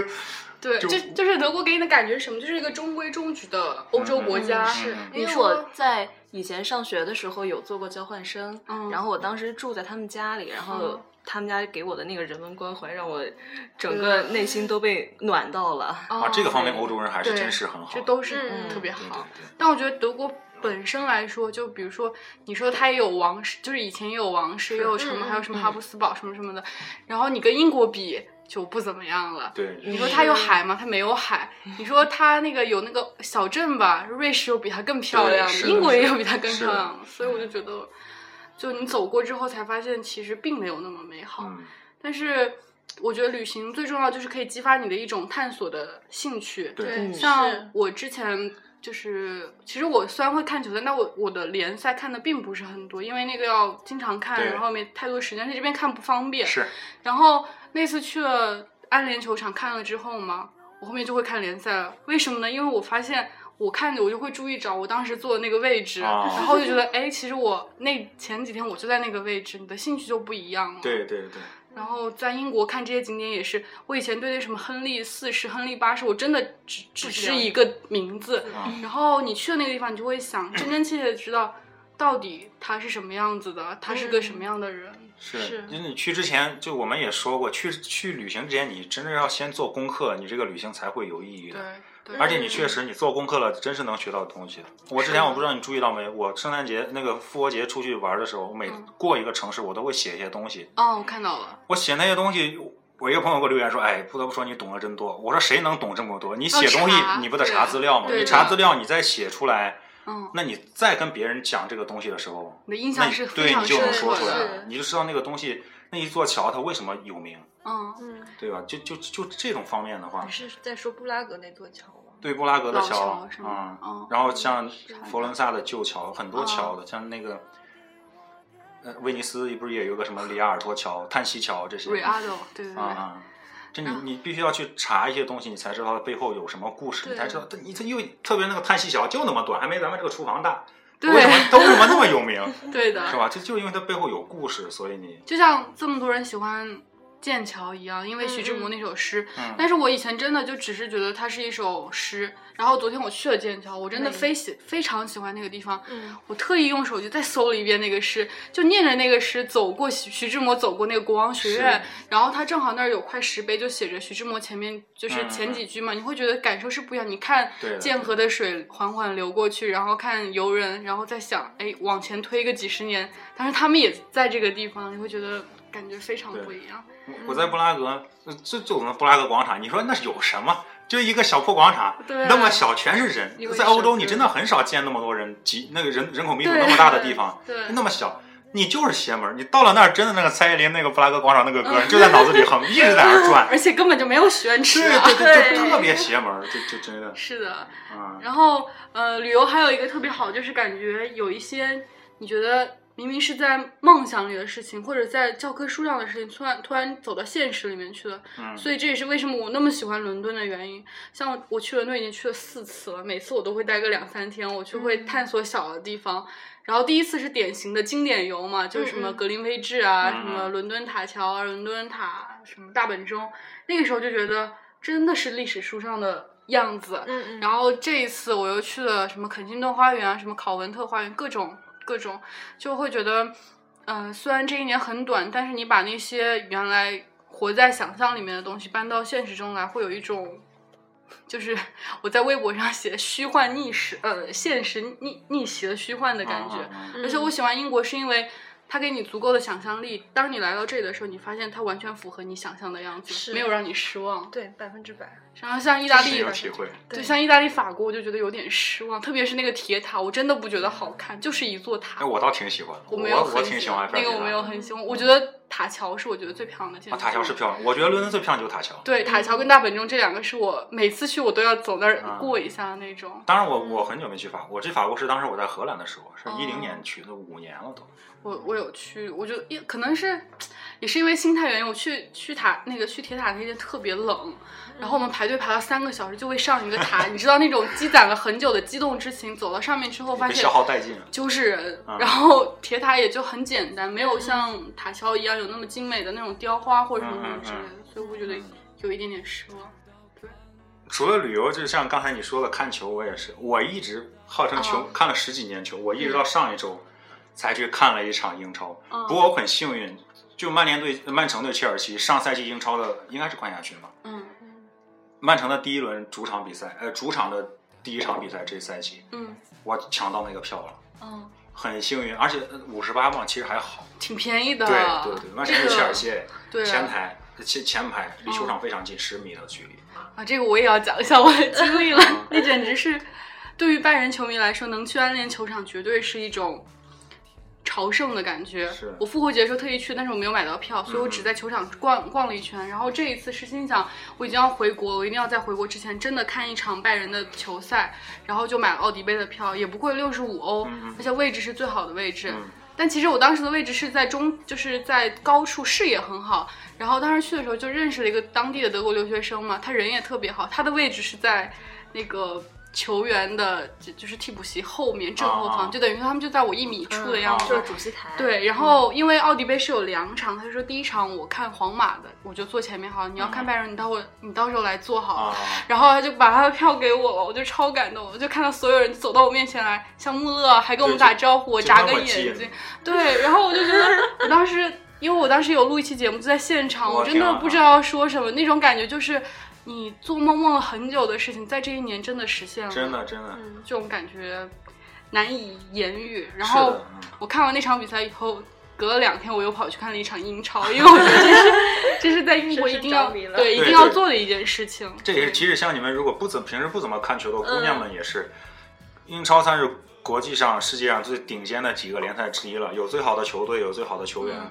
[SPEAKER 4] 对，
[SPEAKER 2] 就
[SPEAKER 4] 就就是德国给你的感觉是什么？就是一个中规中矩的欧
[SPEAKER 2] 嗯
[SPEAKER 4] 洲国家，
[SPEAKER 2] 是
[SPEAKER 3] 因为我在以前上学的时候有做过交换生，
[SPEAKER 4] 嗯
[SPEAKER 3] 然后我当时住在他们家里，然后
[SPEAKER 4] 嗯
[SPEAKER 3] 他们家给我的那个人文关怀，让我整个内心都被暖到了。
[SPEAKER 2] 啊，这个方面
[SPEAKER 4] 哦
[SPEAKER 2] 欧洲人还是
[SPEAKER 4] 对
[SPEAKER 2] 真是很好
[SPEAKER 4] 这
[SPEAKER 2] 的。
[SPEAKER 4] 都是
[SPEAKER 1] 嗯
[SPEAKER 4] 特别
[SPEAKER 2] 对
[SPEAKER 4] 好。
[SPEAKER 2] 对
[SPEAKER 4] 但我觉得德国本身来说，就比如说你说它也有王室，就是以前也有王室，也有什么，
[SPEAKER 1] 嗯
[SPEAKER 4] 还有什么
[SPEAKER 3] 嗯
[SPEAKER 4] 哈布斯堡什么什么的，然后你跟英国比就不怎么样了。
[SPEAKER 2] 对对，
[SPEAKER 4] 你说它有海吗？它没 有海。你说它那个有那个小镇吧，瑞士又比它更漂亮
[SPEAKER 2] 对是，的
[SPEAKER 4] 英国也有比它更
[SPEAKER 2] 是的嗯
[SPEAKER 4] 漂亮，所以我就觉得，就你走过之后才发现，其实并没有那么美好。
[SPEAKER 2] 嗯，
[SPEAKER 4] 但是我觉得旅行最重要就是可以激发你的一种探索的兴趣。
[SPEAKER 2] 对
[SPEAKER 1] 对，
[SPEAKER 3] 嗯
[SPEAKER 4] 像我之前就是，其实我虽然会看球赛，但我我的联赛看的并不是很多，因为那个要经常看，
[SPEAKER 2] 对
[SPEAKER 4] 然后没太多时间，在这边看不方便。
[SPEAKER 2] 是
[SPEAKER 4] 然后那次去了安联球场看了之后嘛，我后面就会看联赛了。为什么呢？因为我发现我看着我就会注意找我当时坐的那个位置，
[SPEAKER 2] 哦
[SPEAKER 4] 然后就觉得哎，其实我那前几天我就在那个位置，你的兴趣就不一样了。
[SPEAKER 2] 对对对，
[SPEAKER 4] 然后在英国看这些景点也是，我以前对那什么亨利四世、亨利八世，我真的只只
[SPEAKER 3] 了
[SPEAKER 4] 是
[SPEAKER 3] 解
[SPEAKER 4] 一个名字。
[SPEAKER 2] 嗯
[SPEAKER 4] 然后你去了那个地方，你就会想真真切切的知道到底他是什么样子的，他是个什么样的人。
[SPEAKER 2] 是
[SPEAKER 1] 是，
[SPEAKER 2] 因为你去之前，就我们也说过，去去旅行之前，你真的要先做功课，你这个旅行才会有意义的。
[SPEAKER 4] 对
[SPEAKER 2] 而且你确实，你做功课了，真是能学到东西。我之前我不知道你注意到没，我圣诞节那个复活节出去玩的时候，我
[SPEAKER 4] 嗯
[SPEAKER 2] 每过一个城市，我都会写一些东西。
[SPEAKER 4] 哦，我看到了，
[SPEAKER 2] 我写那些东西，我一个朋友给我留言说：“哎，不得不说你懂得真多。”我说：“谁能懂这么多？你写东西
[SPEAKER 4] 要哦查
[SPEAKER 2] 你不得
[SPEAKER 4] 对
[SPEAKER 2] 查资料吗？
[SPEAKER 4] 对
[SPEAKER 2] 你
[SPEAKER 4] 的
[SPEAKER 2] 查资料，你再写出来，
[SPEAKER 4] 嗯，
[SPEAKER 2] 那你再跟别人讲这个东西的时候，
[SPEAKER 4] 你的印
[SPEAKER 2] 那
[SPEAKER 4] 象
[SPEAKER 2] 你
[SPEAKER 4] 是
[SPEAKER 2] 对
[SPEAKER 4] 非
[SPEAKER 2] 你
[SPEAKER 4] 常
[SPEAKER 2] 就
[SPEAKER 4] 深
[SPEAKER 2] 能
[SPEAKER 4] 刻
[SPEAKER 2] 说出
[SPEAKER 1] 是
[SPEAKER 2] 来
[SPEAKER 4] 的。，
[SPEAKER 2] 你就知道那个东西那一座桥它为什么有名，
[SPEAKER 4] 嗯，
[SPEAKER 1] 嗯，
[SPEAKER 2] 对吧？就就就这种方面的话
[SPEAKER 1] 你，是在说布拉格那座桥吗？
[SPEAKER 2] 对布拉格的
[SPEAKER 4] 老
[SPEAKER 2] 桥
[SPEAKER 4] 桥是
[SPEAKER 2] 啊
[SPEAKER 4] 吗？，嗯，
[SPEAKER 2] 然后像
[SPEAKER 4] 是啊
[SPEAKER 2] 佛罗伦萨的旧桥，很多桥的，像那个。呃，威尼斯不是也有个什么里亚尔托桥、叹息桥这些？
[SPEAKER 4] 瑞阿斗，对对
[SPEAKER 2] 啊
[SPEAKER 4] 对，
[SPEAKER 2] 啊！这你你必须要去查一些东西，你才知道它背后有什么故事，
[SPEAKER 1] 对
[SPEAKER 2] 你才知道。你这又特别那个叹息桥就那么短，还没咱们这个厨房大，为什
[SPEAKER 4] 对
[SPEAKER 2] 么都为什么那么有名，
[SPEAKER 4] 对
[SPEAKER 2] 是
[SPEAKER 4] 的，
[SPEAKER 2] 吧？这就是因为它背后有故事，所以你
[SPEAKER 4] 就像这么多人喜欢剑桥一样，因为徐志摩那首诗。
[SPEAKER 2] 嗯
[SPEAKER 4] 但是我以前真的就只是觉得它是一首诗，然后昨天我去了剑桥，我真的
[SPEAKER 1] 美
[SPEAKER 4] 非喜非常喜欢那个地方，
[SPEAKER 1] 嗯，
[SPEAKER 4] 我特意用手机再搜了一遍那个诗，就念着那个诗走过徐徐志摩走过那个国王学院，然后他正好那儿有块石碑，就写着徐志摩前面就是
[SPEAKER 2] 嗯
[SPEAKER 4] 前几句嘛，你会觉得感受是不一样。你看
[SPEAKER 2] 对的
[SPEAKER 4] 剑河的水缓缓流过去，然后看游人，然后再想，哎，往前推个几十年，但是他们也在这个地方，你会觉得感觉非常
[SPEAKER 2] 对
[SPEAKER 4] 不一样。
[SPEAKER 2] 我我在布拉格，呃这就我们布拉格广场，你说那是有什么？就一个小破广场，
[SPEAKER 4] 对啊
[SPEAKER 2] 那么小，全是人
[SPEAKER 4] 因。为
[SPEAKER 2] 在欧洲，
[SPEAKER 4] 是
[SPEAKER 2] 你
[SPEAKER 4] 对
[SPEAKER 2] 真的很少见那么多人，集那个人人口密度
[SPEAKER 4] 对
[SPEAKER 2] 那么大 的地方，
[SPEAKER 4] 对
[SPEAKER 2] 那么小，你就是邪门儿。你到了那儿，真的那个蔡依林那个布拉格广场那个 歌就在脑子里哼，一直在那儿转。
[SPEAKER 4] 而且根本就 没有许愿池、啊。
[SPEAKER 2] 对对，
[SPEAKER 1] 对
[SPEAKER 2] 就特别邪门儿，就就真的，
[SPEAKER 4] 是的，
[SPEAKER 2] 嗯，
[SPEAKER 4] 然后呃，旅游还有一个特别好，就是感觉有一些你觉得明明是在梦想里的事情，或者在教科书上的事情，突然突然走到现实里面去了。
[SPEAKER 2] 嗯
[SPEAKER 4] 所以这也是为什么我那么喜欢伦敦的原因。像我我去伦敦已经去了四次了，每次我都会待个两三天，我就会
[SPEAKER 1] 嗯
[SPEAKER 4] 探索小的地方。然后第一次是典型的经典游嘛，就是什么
[SPEAKER 1] 嗯嗯
[SPEAKER 4] 格林威治啊，
[SPEAKER 2] 嗯
[SPEAKER 4] 什么伦敦塔桥啊、伦敦塔什么大本钟，那个时候就觉得真的是历史书上的样子。
[SPEAKER 1] 嗯嗯，
[SPEAKER 4] 然后这一次我又去了什么肯辛顿花园啊，什么考文特花园，各种各种，就会觉得，嗯、虽然这一年很短，但是你把那些原来活在想象里面的东西搬到现实中来，会有一种，就是 我在微博上写虚幻逆时，呃，现实逆逆袭的虚幻的感觉。
[SPEAKER 2] 嗯
[SPEAKER 4] 而且我喜欢英国是因为。它给你足够的想象力，当你来到这里的时候，你发现它完全符合你想象的样子，
[SPEAKER 1] 是
[SPEAKER 4] 没有让你失望。
[SPEAKER 1] 对百分之百，
[SPEAKER 4] 然后像意大
[SPEAKER 2] 深
[SPEAKER 4] 利
[SPEAKER 2] 有，体会，
[SPEAKER 1] 对
[SPEAKER 4] 对，像意大利、法国，我就觉得有点失望，特别是那个铁塔，我真的不觉得好看，就是一座塔。
[SPEAKER 2] 哎，我倒挺喜欢的，
[SPEAKER 4] 我
[SPEAKER 2] 我
[SPEAKER 4] 没有
[SPEAKER 2] 我
[SPEAKER 4] 很
[SPEAKER 2] 挺喜欢
[SPEAKER 4] 那个，
[SPEAKER 2] 埃菲尔铁塔
[SPEAKER 4] 我没有很喜欢。我觉得塔桥是我觉得最漂亮的建
[SPEAKER 2] 啊，
[SPEAKER 4] 筑。
[SPEAKER 2] 塔桥是漂亮，我觉得伦敦最漂亮就是塔桥。
[SPEAKER 4] 对，塔桥跟大本钟这两个是我每次去我都要走那
[SPEAKER 2] 啊
[SPEAKER 4] 儿过一下那种。
[SPEAKER 2] 当然我，我很久没去法国，我去法国是当时我在荷兰的时候，是
[SPEAKER 4] 嗯哦
[SPEAKER 2] 一零年去的，五年了都。
[SPEAKER 4] 我我有去，我觉得也可能是也是因为心态原因，我去去塔那个去铁塔那天特别冷，然后
[SPEAKER 1] 嗯
[SPEAKER 4] 我们排队排了三个小时就为上一个塔，你知道那种积攒了很久的激动之情，走到上面之后发
[SPEAKER 2] 被
[SPEAKER 4] 现
[SPEAKER 2] 消耗殆尽了。
[SPEAKER 4] 就是人
[SPEAKER 2] 嗯，
[SPEAKER 4] 然后铁塔也就很简单，没有像塔桥一样有那么精美的那种雕花或者什么什
[SPEAKER 2] 嗯
[SPEAKER 4] 么之类的，所以我觉得有一点点失望。
[SPEAKER 2] 除了旅游，就像刚才你说的看球，我也是，我一直号称球、
[SPEAKER 4] 哦
[SPEAKER 2] 看了十几年球，我一直到上一周才去看了一场英超。
[SPEAKER 4] 嗯
[SPEAKER 2] 不过我很幸运，就曼联队、曼城对切尔西上赛季英超的应该是冠亚军吧，
[SPEAKER 4] 嗯
[SPEAKER 2] 曼城的第一轮主场比赛，呃，主场的第一场比赛这赛季，
[SPEAKER 4] 嗯
[SPEAKER 2] 我抢到那个票了，
[SPEAKER 4] 嗯，
[SPEAKER 2] 很幸运，而且呃五十八磅其实还好。
[SPEAKER 4] 挺便宜的。
[SPEAKER 2] 对对对，曼城
[SPEAKER 4] 这
[SPEAKER 2] 对
[SPEAKER 4] 个
[SPEAKER 2] 切尔西，
[SPEAKER 4] 对啊
[SPEAKER 2] 前台前前排离球场非常近，十米的距离。
[SPEAKER 4] 啊，这个我也要讲一下我的 经历了，那简直是对于拜仁球迷来说，能去安联球场绝对是一种。朝圣的感觉
[SPEAKER 2] 是，嗯
[SPEAKER 4] 我复活节的时候特意去，但是我没有买到票，所以我只在球场逛逛了一圈。然后这一次是心想，我已经要回国，我一定要在回国之前真的看一场拜仁的球赛，然后就买了奥迪杯的票，也不贵，六十五欧，
[SPEAKER 2] 嗯嗯
[SPEAKER 4] 而且位置是最好的位置。
[SPEAKER 2] 嗯
[SPEAKER 4] 但其实我当时的位置是在中，就是在高处，视野很好。然后当时去的时候就认识了一个当地的德国留学生嘛，他人也特别好，他的位置是在那个球员的，就就是替补席后面正后
[SPEAKER 2] 啊
[SPEAKER 4] 方，就等于说他们就在我一米处的样子。
[SPEAKER 2] 嗯
[SPEAKER 3] 就是主席台。
[SPEAKER 4] 对，然后因为奥迪杯是有两场，他就说第一场我看皇马的，我就坐前面好了。你要
[SPEAKER 2] 嗯
[SPEAKER 4] 看拜仁，你到我，你到时候来坐好了。
[SPEAKER 2] 啊，
[SPEAKER 4] 然后他就把他的票给我了，我就超感动，我就看到所有人走到我面前来，像穆勒啊还跟我们
[SPEAKER 2] 对就
[SPEAKER 4] 打招呼，我
[SPEAKER 2] 就
[SPEAKER 4] 眨
[SPEAKER 2] 那
[SPEAKER 4] 个
[SPEAKER 2] 么
[SPEAKER 4] 眼
[SPEAKER 2] 近
[SPEAKER 4] 睛，对，然后我 就觉得我当时，因为我当时有录一期节目就在现场，
[SPEAKER 2] 我
[SPEAKER 4] 我真
[SPEAKER 2] 天
[SPEAKER 4] 的
[SPEAKER 2] 啊
[SPEAKER 4] 不知道要说什么，那种感觉就是你做梦梦了很久的事情，在这一年真的实现了，
[SPEAKER 2] 真的真的，
[SPEAKER 1] 嗯，
[SPEAKER 4] 这种感觉难以言喻。然
[SPEAKER 2] 是
[SPEAKER 4] 后
[SPEAKER 2] 的，嗯
[SPEAKER 4] 我看完那场比赛以后。隔了两天，我又跑去看了一场英超，因为我觉得这是这是在英国
[SPEAKER 1] 深
[SPEAKER 4] 一
[SPEAKER 1] 深
[SPEAKER 4] 定要
[SPEAKER 1] 着迷了
[SPEAKER 4] 对一
[SPEAKER 2] 对
[SPEAKER 4] 定要
[SPEAKER 2] 对
[SPEAKER 4] 做的一件事情。
[SPEAKER 2] 这也是
[SPEAKER 4] 对
[SPEAKER 2] 即使像你们如果不怎平时不怎么看球的姑
[SPEAKER 1] 嗯
[SPEAKER 2] 娘们也是，英超算是国际上世界上最顶尖的几个联赛之一了，有最好的球队，有最好的球员。
[SPEAKER 4] 嗯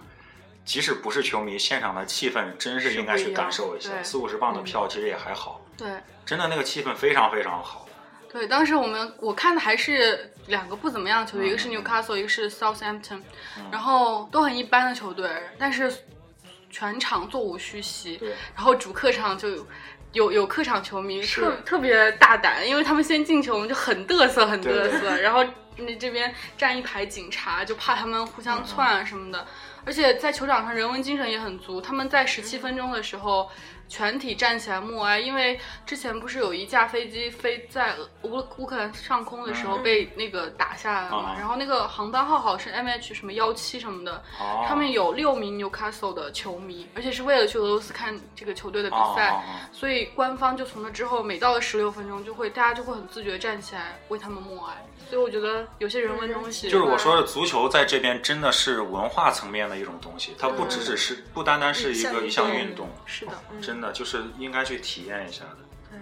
[SPEAKER 2] 即使不是球迷，现场的气氛真是应该去感受一
[SPEAKER 4] 是不一
[SPEAKER 2] 下。
[SPEAKER 4] 样对嗯
[SPEAKER 2] 四五十磅的票其实也还好，
[SPEAKER 4] 对，
[SPEAKER 2] 真的那个气氛非常非常好。
[SPEAKER 4] 对，当时我们我看的还是两个不怎么样的球队，
[SPEAKER 2] 嗯
[SPEAKER 4] 一个是 Newcastle，一个是 Southampton，、
[SPEAKER 2] 嗯
[SPEAKER 4] 然后都很一般的球队，但是全场座无虚席，
[SPEAKER 2] 对，
[SPEAKER 4] 然后主客场就有有有客场球迷
[SPEAKER 2] 是
[SPEAKER 4] 特特别大胆，因为他们先进球，我们就很嘚瑟，很嘚
[SPEAKER 2] 对对
[SPEAKER 4] 瑟，然后那这边站一排警察，就怕他们
[SPEAKER 2] 嗯
[SPEAKER 4] 互相窜啊什么的。而且在球场上人文精神也很足，他们在
[SPEAKER 2] 嗯
[SPEAKER 4] 十七分钟的时候全体站起来默哀，因为之前不是有一架飞机飞在俄乌乌克兰上空的时候
[SPEAKER 2] 嗯
[SPEAKER 4] 被那个打下来了嘛
[SPEAKER 2] 啊，
[SPEAKER 4] 然后那个航班号好像是 M H 什么幺七什么的，
[SPEAKER 2] 哦，
[SPEAKER 4] 他们有六名 Newcastle 的球迷，而且是为了去俄罗斯看这个球队的比
[SPEAKER 2] 哦
[SPEAKER 4] 赛，
[SPEAKER 2] 哦哦
[SPEAKER 4] 所以官方就从那之后，每到了十六分钟，就会大家就会很自觉地站起来为他们默哀。所以我觉得有些人文东西，
[SPEAKER 2] 就是我说的，足球在这边真的是文化层面的一种东西，它不只只是不单单是一个一项嗯运动，
[SPEAKER 4] 是的，
[SPEAKER 2] 真的就是应该去体验一下的。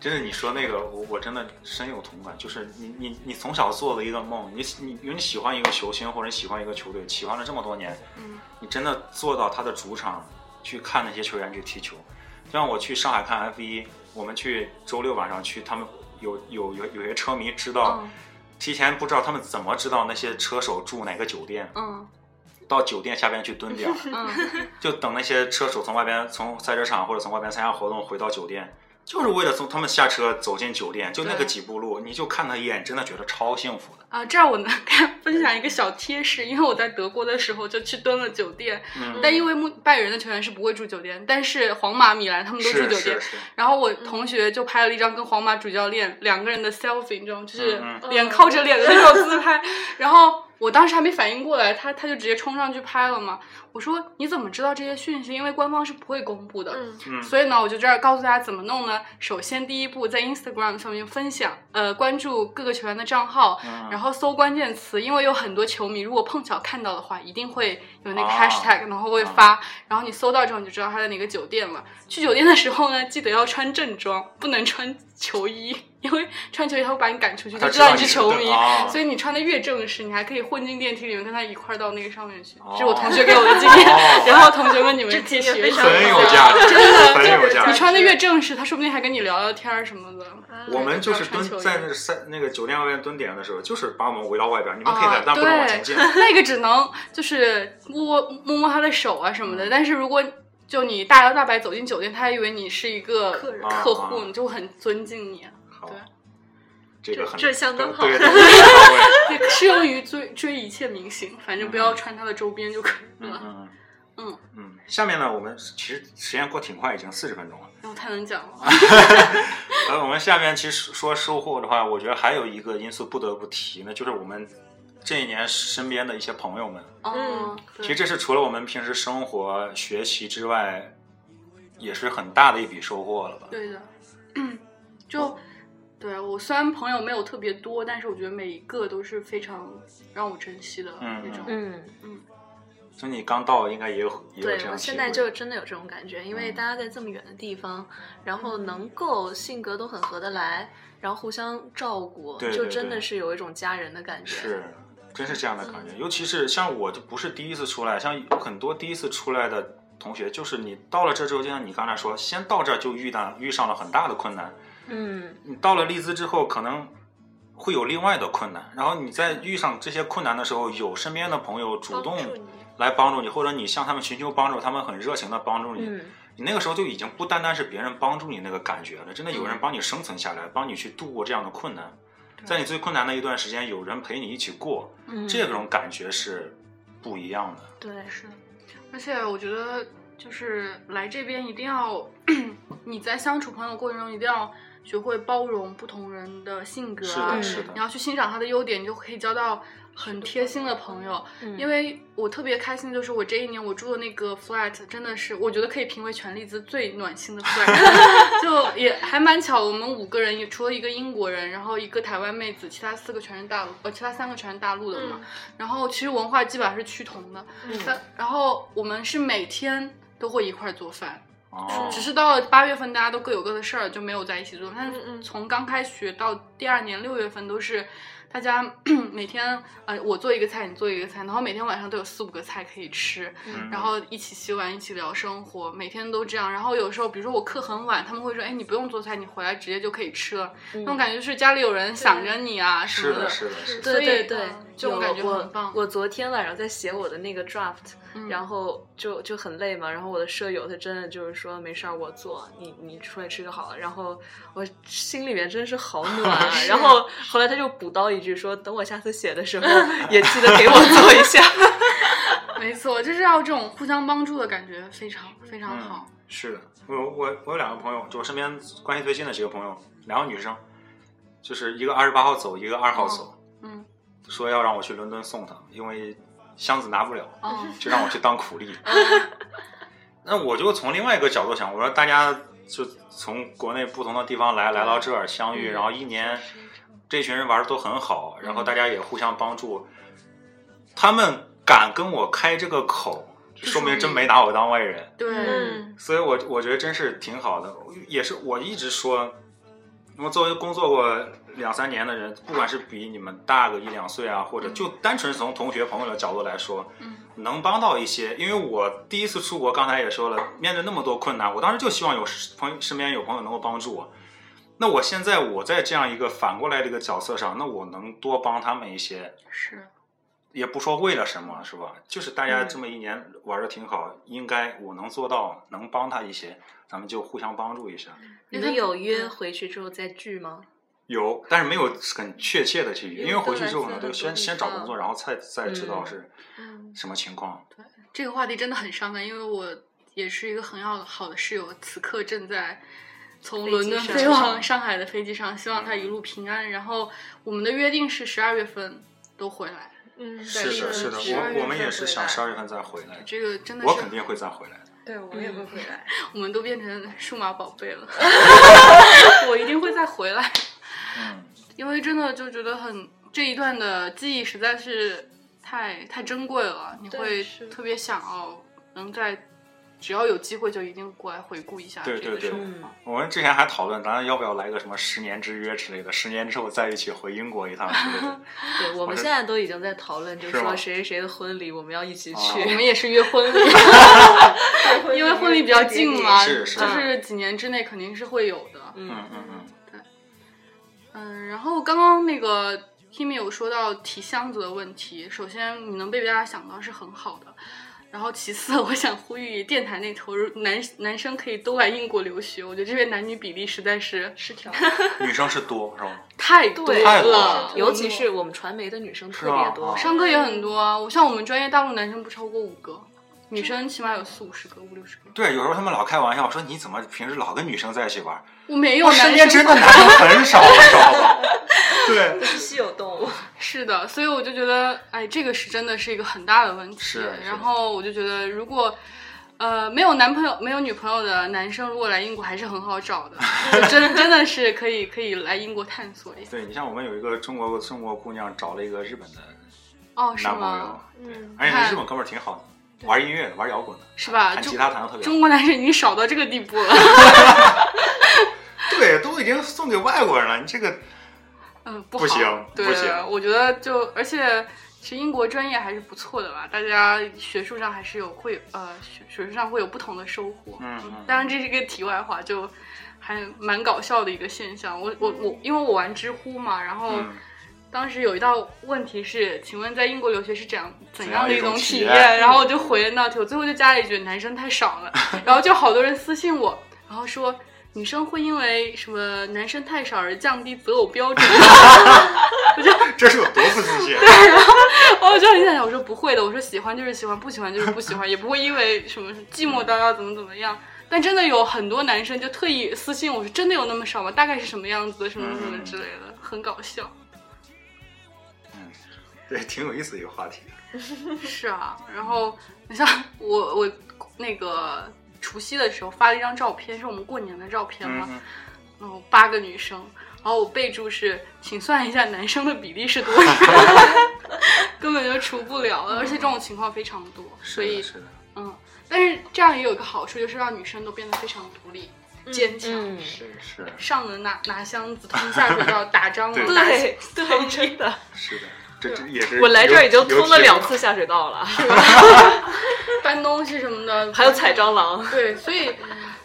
[SPEAKER 2] 真的，你说那个，我我真的深有同感。就是你你你从小做的一个梦，你喜你你喜欢一个球星或者喜欢一个球队，喜欢了这么多年，
[SPEAKER 4] 嗯
[SPEAKER 2] 你真的坐到他的主场去看那些球员去踢球。就像我去上海看 F 一，我们去周六晚上去，他们有有有有些车迷知道，
[SPEAKER 4] 嗯
[SPEAKER 2] 提前不知道他们怎么知道那些车手住哪个酒店，
[SPEAKER 4] 嗯
[SPEAKER 2] 到酒店下边去蹲点儿，
[SPEAKER 4] 嗯，
[SPEAKER 2] 就等那些车手从外边从赛车场或者从外边参加活动回到酒店，就是为了从他们下车走进酒店，就那个
[SPEAKER 4] 对
[SPEAKER 2] 几步路，你就看他一眼，真的觉得超幸福的。
[SPEAKER 4] 啊，这儿我能 跟分享一个小贴士，因为我在德国的时候就去蹲了酒店，
[SPEAKER 2] 嗯
[SPEAKER 4] 但因为穆拜仁的球员是不会住酒店，但是皇马、米兰他们都住
[SPEAKER 2] 是
[SPEAKER 4] 酒
[SPEAKER 2] 是，
[SPEAKER 4] 店
[SPEAKER 2] 是，
[SPEAKER 4] 然后我同学就拍了一张跟皇马主教练两个人的 selfie，你知道吗？就是
[SPEAKER 2] 嗯
[SPEAKER 4] 脸靠着脸的那种自拍。然后我当时还没反应过来，他他就直接冲上去拍了嘛。我说你怎么知道这些讯息？因为官方是不会公布的。
[SPEAKER 1] 嗯
[SPEAKER 2] 嗯
[SPEAKER 4] 所以呢，我就这儿告诉大家怎么弄呢。首先，第一步在 Instagram 上面分享，呃，关注各个球员的账号，
[SPEAKER 2] 嗯
[SPEAKER 4] 然后搜关键词，因为有很多球迷如果碰巧看到的话，一定会有那个
[SPEAKER 2] 啊
[SPEAKER 4] hashtag，、然后会发。然后你搜到之后，你就知道他在哪个酒店了。去酒店的时候呢，记得要穿正装，不能穿球衣，因为穿球衣他会把你赶出去，
[SPEAKER 2] 他
[SPEAKER 4] 就知道你
[SPEAKER 2] 你
[SPEAKER 4] 是球迷。
[SPEAKER 2] 啊、
[SPEAKER 4] 所
[SPEAKER 2] 以
[SPEAKER 4] 以你穿的越正式，你还可以混进电梯里面跟他一块儿到那个上面去。
[SPEAKER 2] 哦
[SPEAKER 4] 这是我同学给我的经验，
[SPEAKER 2] 哦
[SPEAKER 4] 然后同学们你们也可以
[SPEAKER 1] 这经验
[SPEAKER 4] 学一
[SPEAKER 1] 非
[SPEAKER 4] 下
[SPEAKER 1] 常。
[SPEAKER 2] 很有价值，
[SPEAKER 4] 真
[SPEAKER 2] 很
[SPEAKER 1] 的
[SPEAKER 2] 有价
[SPEAKER 4] 你
[SPEAKER 2] 值。
[SPEAKER 4] 穿的越正式，他说不定还跟你聊聊天儿什么的。
[SPEAKER 1] 啊
[SPEAKER 2] 我们就是
[SPEAKER 4] 穿球
[SPEAKER 2] 蹲
[SPEAKER 4] 衣
[SPEAKER 2] 在那个赛那个酒店外面蹲点的时候，就是把我们围到外边，你们可以
[SPEAKER 4] 啊
[SPEAKER 2] 在，但不能往前进。
[SPEAKER 4] 对，那个只能就是摸摸摸他的手啊什么的。但是如果就你大摇大摆走进酒店，他还以为你是一个
[SPEAKER 1] 客人
[SPEAKER 4] 客户，
[SPEAKER 2] 啊
[SPEAKER 4] 你就很尊敬你。啊
[SPEAKER 2] 好
[SPEAKER 4] 对，
[SPEAKER 2] 这个很
[SPEAKER 1] 这相当好
[SPEAKER 2] 对对对
[SPEAKER 4] 对， 适用于追追一切明星，反正不要穿他的周边就可以
[SPEAKER 2] 嗯
[SPEAKER 4] 了。
[SPEAKER 2] 嗯
[SPEAKER 4] 嗯
[SPEAKER 2] 嗯。下面呢，我们其实时间过挺快，已经四十分钟了。
[SPEAKER 4] 然后太能讲了，
[SPEAKER 2] 呃，我们下面其实说收获的话，我觉得还有一个因素不得不提呢，就是我们这一年身边的一些朋友们。
[SPEAKER 4] 嗯，
[SPEAKER 2] 其实这是除了我们平时生活、学习之外，也是很大的一笔收获了吧？
[SPEAKER 4] 对的，就对啊我虽然朋友没有特别多，但是我觉得每一个都是非常让我珍惜的
[SPEAKER 2] 嗯
[SPEAKER 4] 那种。
[SPEAKER 3] 嗯，
[SPEAKER 2] 所以你刚到应该也有也有这
[SPEAKER 3] 对
[SPEAKER 2] 样
[SPEAKER 3] 我
[SPEAKER 2] 的
[SPEAKER 3] 现
[SPEAKER 2] 体
[SPEAKER 3] 在
[SPEAKER 2] 会
[SPEAKER 3] 就真的有这种感觉，因为
[SPEAKER 2] 嗯
[SPEAKER 3] 大家在这么远的地方，然后能够性格都很合得来，然后互相照顾，
[SPEAKER 2] 对
[SPEAKER 3] 就
[SPEAKER 2] 对
[SPEAKER 3] 真
[SPEAKER 2] 对
[SPEAKER 3] 的是有一种家人的感觉。
[SPEAKER 2] 是，真是这样的感
[SPEAKER 3] 嗯
[SPEAKER 2] 觉。尤其是像我，就不是第一次出来，像很多第一次出来的同学，就是你到了这之后，就像你刚才说，先到这儿就遇到遇上了很大的困难，
[SPEAKER 3] 嗯，
[SPEAKER 2] 你到了利兹之后，可能会有另外的困难，然后你在遇上这些困难的时候，有身边的朋友主
[SPEAKER 1] 帮
[SPEAKER 2] 动
[SPEAKER 1] 助你
[SPEAKER 2] 来帮助你，或者你向他们寻求帮助，他们很热情的帮助你，
[SPEAKER 3] 嗯
[SPEAKER 2] 你那个时候就已经不单单是别人帮助你那个感觉了，真的有人帮你生存下来，帮你去度过这样的困难，在你最困难的一段时间，有人陪你一起过，
[SPEAKER 3] 嗯，
[SPEAKER 2] 这种感觉是不一样的。
[SPEAKER 3] 对，
[SPEAKER 4] 是，而且我觉得就是来这边一定要 你在相处朋友过程中一定要学会包容不同人的性格
[SPEAKER 2] 是
[SPEAKER 4] 啊
[SPEAKER 2] 的，，是
[SPEAKER 3] 嗯
[SPEAKER 2] 的
[SPEAKER 4] 你，要去欣赏他的优点，你就可以交到很贴心的朋友。因为我特别开心，就是我这一年我住的那个 flat 真的是，我觉得可以评为全利兹最暖心的 flat，就 也还蛮巧，我们五个人也除了一个英国人，然后一个台湾妹子，其他四个全是大陆，呃，其他三个全是大陆的
[SPEAKER 2] 嗯
[SPEAKER 4] 嘛。然后其实文化基本上是趋同的，
[SPEAKER 3] 嗯
[SPEAKER 4] 但然后我们是每天都会一块儿做饭，
[SPEAKER 2] 哦
[SPEAKER 4] 只，是到了八月份，大家都各有各的事儿，就没有在一起做。但
[SPEAKER 1] 嗯
[SPEAKER 4] 是
[SPEAKER 1] 嗯
[SPEAKER 4] 从刚开学到第二年六月份，都是大家 每天呃，我做一个菜，你做一个菜，然后每天晚上都有四五个菜可以吃，
[SPEAKER 2] 嗯
[SPEAKER 4] 然后一起洗碗，一起聊生活，每天都这样。然后有时候，比如说我课很晚，他们会说：“哎，你不用做菜，你回来直接就可以吃了。那种感觉就是家里有人想着你啊什
[SPEAKER 2] 是
[SPEAKER 4] 么
[SPEAKER 2] 的，嗯
[SPEAKER 1] 嗯
[SPEAKER 2] 是的，是的。
[SPEAKER 4] 所
[SPEAKER 3] 对
[SPEAKER 4] 以
[SPEAKER 3] 对对
[SPEAKER 4] 嗯，这
[SPEAKER 3] 就
[SPEAKER 4] 种感觉很棒
[SPEAKER 3] 我我昨天晚上在写我的那个 draft，、
[SPEAKER 4] 嗯
[SPEAKER 3] 然后就就很累嘛。然后我的舍友他真的就是说没事儿我做，你你出来吃就好了。然后我心里面真 是好暖啊。然后后来他就补刀一句说，等我下次写的时候也记得给我做一下。
[SPEAKER 4] 没错，就是要这种互相帮助的感觉，非常非常
[SPEAKER 2] 嗯
[SPEAKER 4] 好。，
[SPEAKER 2] 是的，我我我有两个朋友，就我身边关系最近的几个朋友，两个女生，就是一个二十八号走，一个二号走，
[SPEAKER 4] 嗯，
[SPEAKER 2] 说要让我去伦敦送她，因为箱子拿不了，
[SPEAKER 4] 哦，
[SPEAKER 2] 就让我去当苦力。那我就从另外一个角度想，我说大家就从国内不同的地方来，来到这儿相遇，
[SPEAKER 3] 嗯
[SPEAKER 2] 然后一年这群人玩的都很好，然后大家也互相帮助，他们敢跟我开这个口，说明真没拿我当外人。
[SPEAKER 4] 对，
[SPEAKER 1] 嗯
[SPEAKER 2] 所以我我觉得真是挺好的，也是我一直说，我作为工作过两三年的人，不管是比你们大个一两岁啊，或者就单纯从同学朋友的角度来说，
[SPEAKER 4] 嗯
[SPEAKER 2] 能帮到一些。因为我第一次出国，刚才也说了，面对那么多困难，我当时就希望有朋友身边有朋友能够帮助我。那我现在我在这样一个反过来的一个角色上，那我能多帮他们一些，
[SPEAKER 4] 是，嗯
[SPEAKER 2] 也不说为了什么，是吧？就是大家这么一年玩的挺好，应该我能做到，能帮他一些，咱们就互相帮助一下。
[SPEAKER 3] 你们有约回去之后再聚吗？
[SPEAKER 2] 有，但是没有很确切的去约，因为回去之后可能
[SPEAKER 1] 因为都来自
[SPEAKER 2] 就先
[SPEAKER 1] 很多地
[SPEAKER 2] 先找工
[SPEAKER 1] 方
[SPEAKER 2] 作，然后再再知道
[SPEAKER 3] 嗯
[SPEAKER 2] 是
[SPEAKER 1] 嗯
[SPEAKER 2] 什么情况。
[SPEAKER 4] 这个话题真的很伤感，因为我也是一个很要好的室友，此刻正在从
[SPEAKER 3] 飞机
[SPEAKER 4] 伦敦
[SPEAKER 3] 上
[SPEAKER 4] 飞往上海的飞机上，希望他一路平安。然后我们的约定是十二月份都回来，
[SPEAKER 1] 嗯，
[SPEAKER 2] 是
[SPEAKER 1] 对
[SPEAKER 2] 的，是的，我我们也是想十二，
[SPEAKER 1] 12月份回来
[SPEAKER 2] 月份再回来，
[SPEAKER 4] 这个真的
[SPEAKER 2] 我
[SPEAKER 4] 是
[SPEAKER 2] 肯定会再回来的。
[SPEAKER 1] 对我也会回来。
[SPEAKER 4] 我们都变成数码宝贝了， 我一定会再回来，
[SPEAKER 2] 嗯，
[SPEAKER 4] 因为真的就觉得很这一段的记忆实在是太太珍贵了，你
[SPEAKER 1] 对
[SPEAKER 4] 会
[SPEAKER 1] 是
[SPEAKER 4] 特别想要能在只要有机会就一定过来回顾一下
[SPEAKER 2] 对
[SPEAKER 4] 这
[SPEAKER 2] 对
[SPEAKER 4] 个
[SPEAKER 2] 对
[SPEAKER 4] 生活。
[SPEAKER 3] 嗯，
[SPEAKER 2] 我们之前还讨论，咱要不要来个什么十年之约之类的，十年之后再一起回英国一趟之类的。
[SPEAKER 3] 对，我们
[SPEAKER 2] 是
[SPEAKER 3] 现在都已经在讨论，就是
[SPEAKER 2] 吗
[SPEAKER 3] 说谁谁谁的婚礼我们要一起
[SPEAKER 2] 啊
[SPEAKER 3] 去。
[SPEAKER 4] 我们也是约婚礼， 因为婚礼比较近嘛，
[SPEAKER 2] 是是
[SPEAKER 4] 就是几年之内肯定是会有的。
[SPEAKER 2] 嗯
[SPEAKER 3] 嗯，
[SPEAKER 2] 嗯嗯，
[SPEAKER 4] 嗯，然后刚刚那个 Kimi 有说到提箱子的问题，首先你能被大家想到是很好的。然后其次，我想呼吁电台那头如男男生可以都来英国留学，我觉得这边男女比例实在是
[SPEAKER 1] 失调，
[SPEAKER 2] 女生是多是吧？
[SPEAKER 4] 太多
[SPEAKER 3] 对
[SPEAKER 2] 太多
[SPEAKER 4] 了，
[SPEAKER 3] 尤其是我们传媒的女生特别多
[SPEAKER 2] 是，啊哦吧
[SPEAKER 4] 上课也很多啊。我像我们专业大陆男生不超过五个，女生起码有四五十个、五六十个。
[SPEAKER 2] 对，有时候他们老开玩笑说你怎么平时老跟女生在一起玩？
[SPEAKER 4] 我没有
[SPEAKER 2] 我
[SPEAKER 4] 男生
[SPEAKER 2] 身边真的男生很少，你知道吧？对，
[SPEAKER 3] 是稀有动物。
[SPEAKER 4] 是的，所以我就觉得，哎，这个是真的是一个很大的问题。
[SPEAKER 2] 是是
[SPEAKER 4] 然后我就觉得，如果呃没有男朋友、没有女朋友的男生，如果来英国还是很好找的， 就真真的是可以可以来英国探索一下。
[SPEAKER 2] 对你像我们有一个中国中国姑娘找了一个日本的
[SPEAKER 4] 哦，是
[SPEAKER 2] 男朋友
[SPEAKER 4] 吗？，
[SPEAKER 1] 嗯，
[SPEAKER 2] 而且那日本哥们儿挺好的，玩音乐的，玩摇滚的，
[SPEAKER 4] 是吧？
[SPEAKER 3] 啊
[SPEAKER 2] 弹
[SPEAKER 4] 就
[SPEAKER 2] 吉他弹的特别好
[SPEAKER 4] 中。国男生已经少到这个地步了。
[SPEAKER 2] 对，都已经送给外国人了，你这个
[SPEAKER 4] 嗯，不
[SPEAKER 2] 不
[SPEAKER 4] 好
[SPEAKER 2] 行
[SPEAKER 4] 对，
[SPEAKER 2] 不行
[SPEAKER 4] 我觉得就而且。其实英国专业还是不错的吧，大家学术上还是有会有呃学学术上会有不同的收获。
[SPEAKER 2] 嗯嗯
[SPEAKER 4] 当然这是一个题外话，就还蛮搞笑的一个现象。我我我，因为我玩知乎嘛，然后
[SPEAKER 2] 嗯
[SPEAKER 4] 当时有一道问题是，请问在英国留学是怎样怎样的
[SPEAKER 2] 怎样一种
[SPEAKER 4] 种
[SPEAKER 2] 体
[SPEAKER 4] 体
[SPEAKER 2] 验
[SPEAKER 4] 然后我就回了那道题，我最后就加了一句男生太少 了，然后就好多人私信我，然后说女生会因为什么男生太少而降低择偶标准，
[SPEAKER 2] 这是有多不自信？啊
[SPEAKER 4] 然后我就很想想，我说不会的，我说喜欢就是喜欢，不喜欢就是不喜欢，也不会因为什么寂寞到要怎么怎么样。但真的有很多男生就特意私信我说，真的有那么少吗？大概是什么样子，什么什么之类的，很搞笑。
[SPEAKER 2] 对，挺有意思的一个话题。
[SPEAKER 4] 是啊，然后你像我我那个除夕的时候发了一张照片，是我们过年的照片嘛，
[SPEAKER 2] 嗯，
[SPEAKER 4] 然后八个女生，然后我备注是请算一下男生的比例是多少，根本就除不了，而且这种情况非常多，
[SPEAKER 2] 是
[SPEAKER 4] 所
[SPEAKER 2] 的，
[SPEAKER 4] 以
[SPEAKER 2] 是的。
[SPEAKER 4] 嗯，但是这样也有一个好处，就是让女生都变得非常独立、坚强。
[SPEAKER 3] 嗯，
[SPEAKER 2] 是是
[SPEAKER 4] 上能拿拿箱子，通下水道， 打蟑螂，
[SPEAKER 2] 对
[SPEAKER 4] 打
[SPEAKER 3] 对对，真的，
[SPEAKER 2] 是的，这这也是
[SPEAKER 3] 我来这儿已经通了两
[SPEAKER 2] 次。
[SPEAKER 3] 次下水道了，
[SPEAKER 4] 搬东西什么 的，
[SPEAKER 3] 还有踩蟑螂。
[SPEAKER 4] 对，所以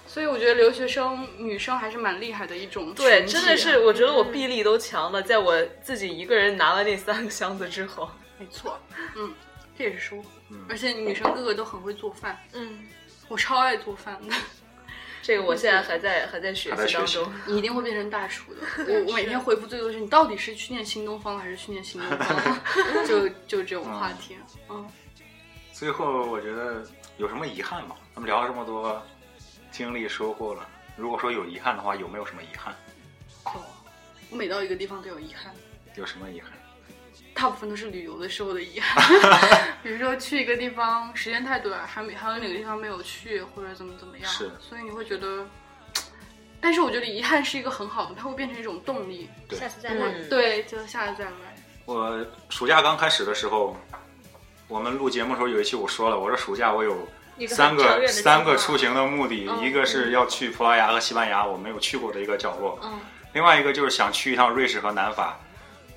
[SPEAKER 4] 所以我觉得留学生女生还是蛮厉害的一种
[SPEAKER 3] 对，
[SPEAKER 4] 群体啊
[SPEAKER 3] 真的是，我觉得我臂力都强了，在我自己一个人拿完那三个箱子之后，
[SPEAKER 4] 没错，嗯，这也是收获。
[SPEAKER 2] 嗯
[SPEAKER 4] 而且女生个个都很会做饭，
[SPEAKER 1] 嗯，
[SPEAKER 4] 我超爱做饭的，
[SPEAKER 3] 这个我现在还在还在学
[SPEAKER 2] 还在
[SPEAKER 3] 习
[SPEAKER 2] 学
[SPEAKER 3] 当
[SPEAKER 2] 习
[SPEAKER 3] 中。
[SPEAKER 4] 你一定会变成大厨 的。我我每天回复最多是你到底是去念新东方了还是去念新 东方，就就这种话题，嗯，
[SPEAKER 2] 最后我觉得有什么遗憾吗？咱们聊了这么多经历收获了，如果说有遗憾的话，有没有什么遗憾？
[SPEAKER 4] 有。我每到一个地方都有遗憾，
[SPEAKER 2] 有什么遗憾？
[SPEAKER 4] 大部分都是旅游的时候的遗憾， 比如说去一个地方时间太短，还没还有哪个地方没有去，或者怎么怎么样，
[SPEAKER 2] 是
[SPEAKER 4] 所以你会觉得，但是我觉得遗憾是一个很好的，它会变成一种动力，
[SPEAKER 2] 对
[SPEAKER 1] 下次再来。
[SPEAKER 3] 嗯
[SPEAKER 4] 对，就下次再来，
[SPEAKER 2] 我暑假刚开始的时候，我们录节目的时候有一期我说了，我说暑假我有
[SPEAKER 1] 一个很
[SPEAKER 2] 三
[SPEAKER 1] 长
[SPEAKER 2] 个
[SPEAKER 1] 远的计划
[SPEAKER 2] 三个出行的目的，
[SPEAKER 4] 嗯
[SPEAKER 2] 一个是要去葡萄牙和西班牙我没有去过的一个角落，
[SPEAKER 4] 嗯
[SPEAKER 2] 另外一个就是想去一趟瑞士和南法。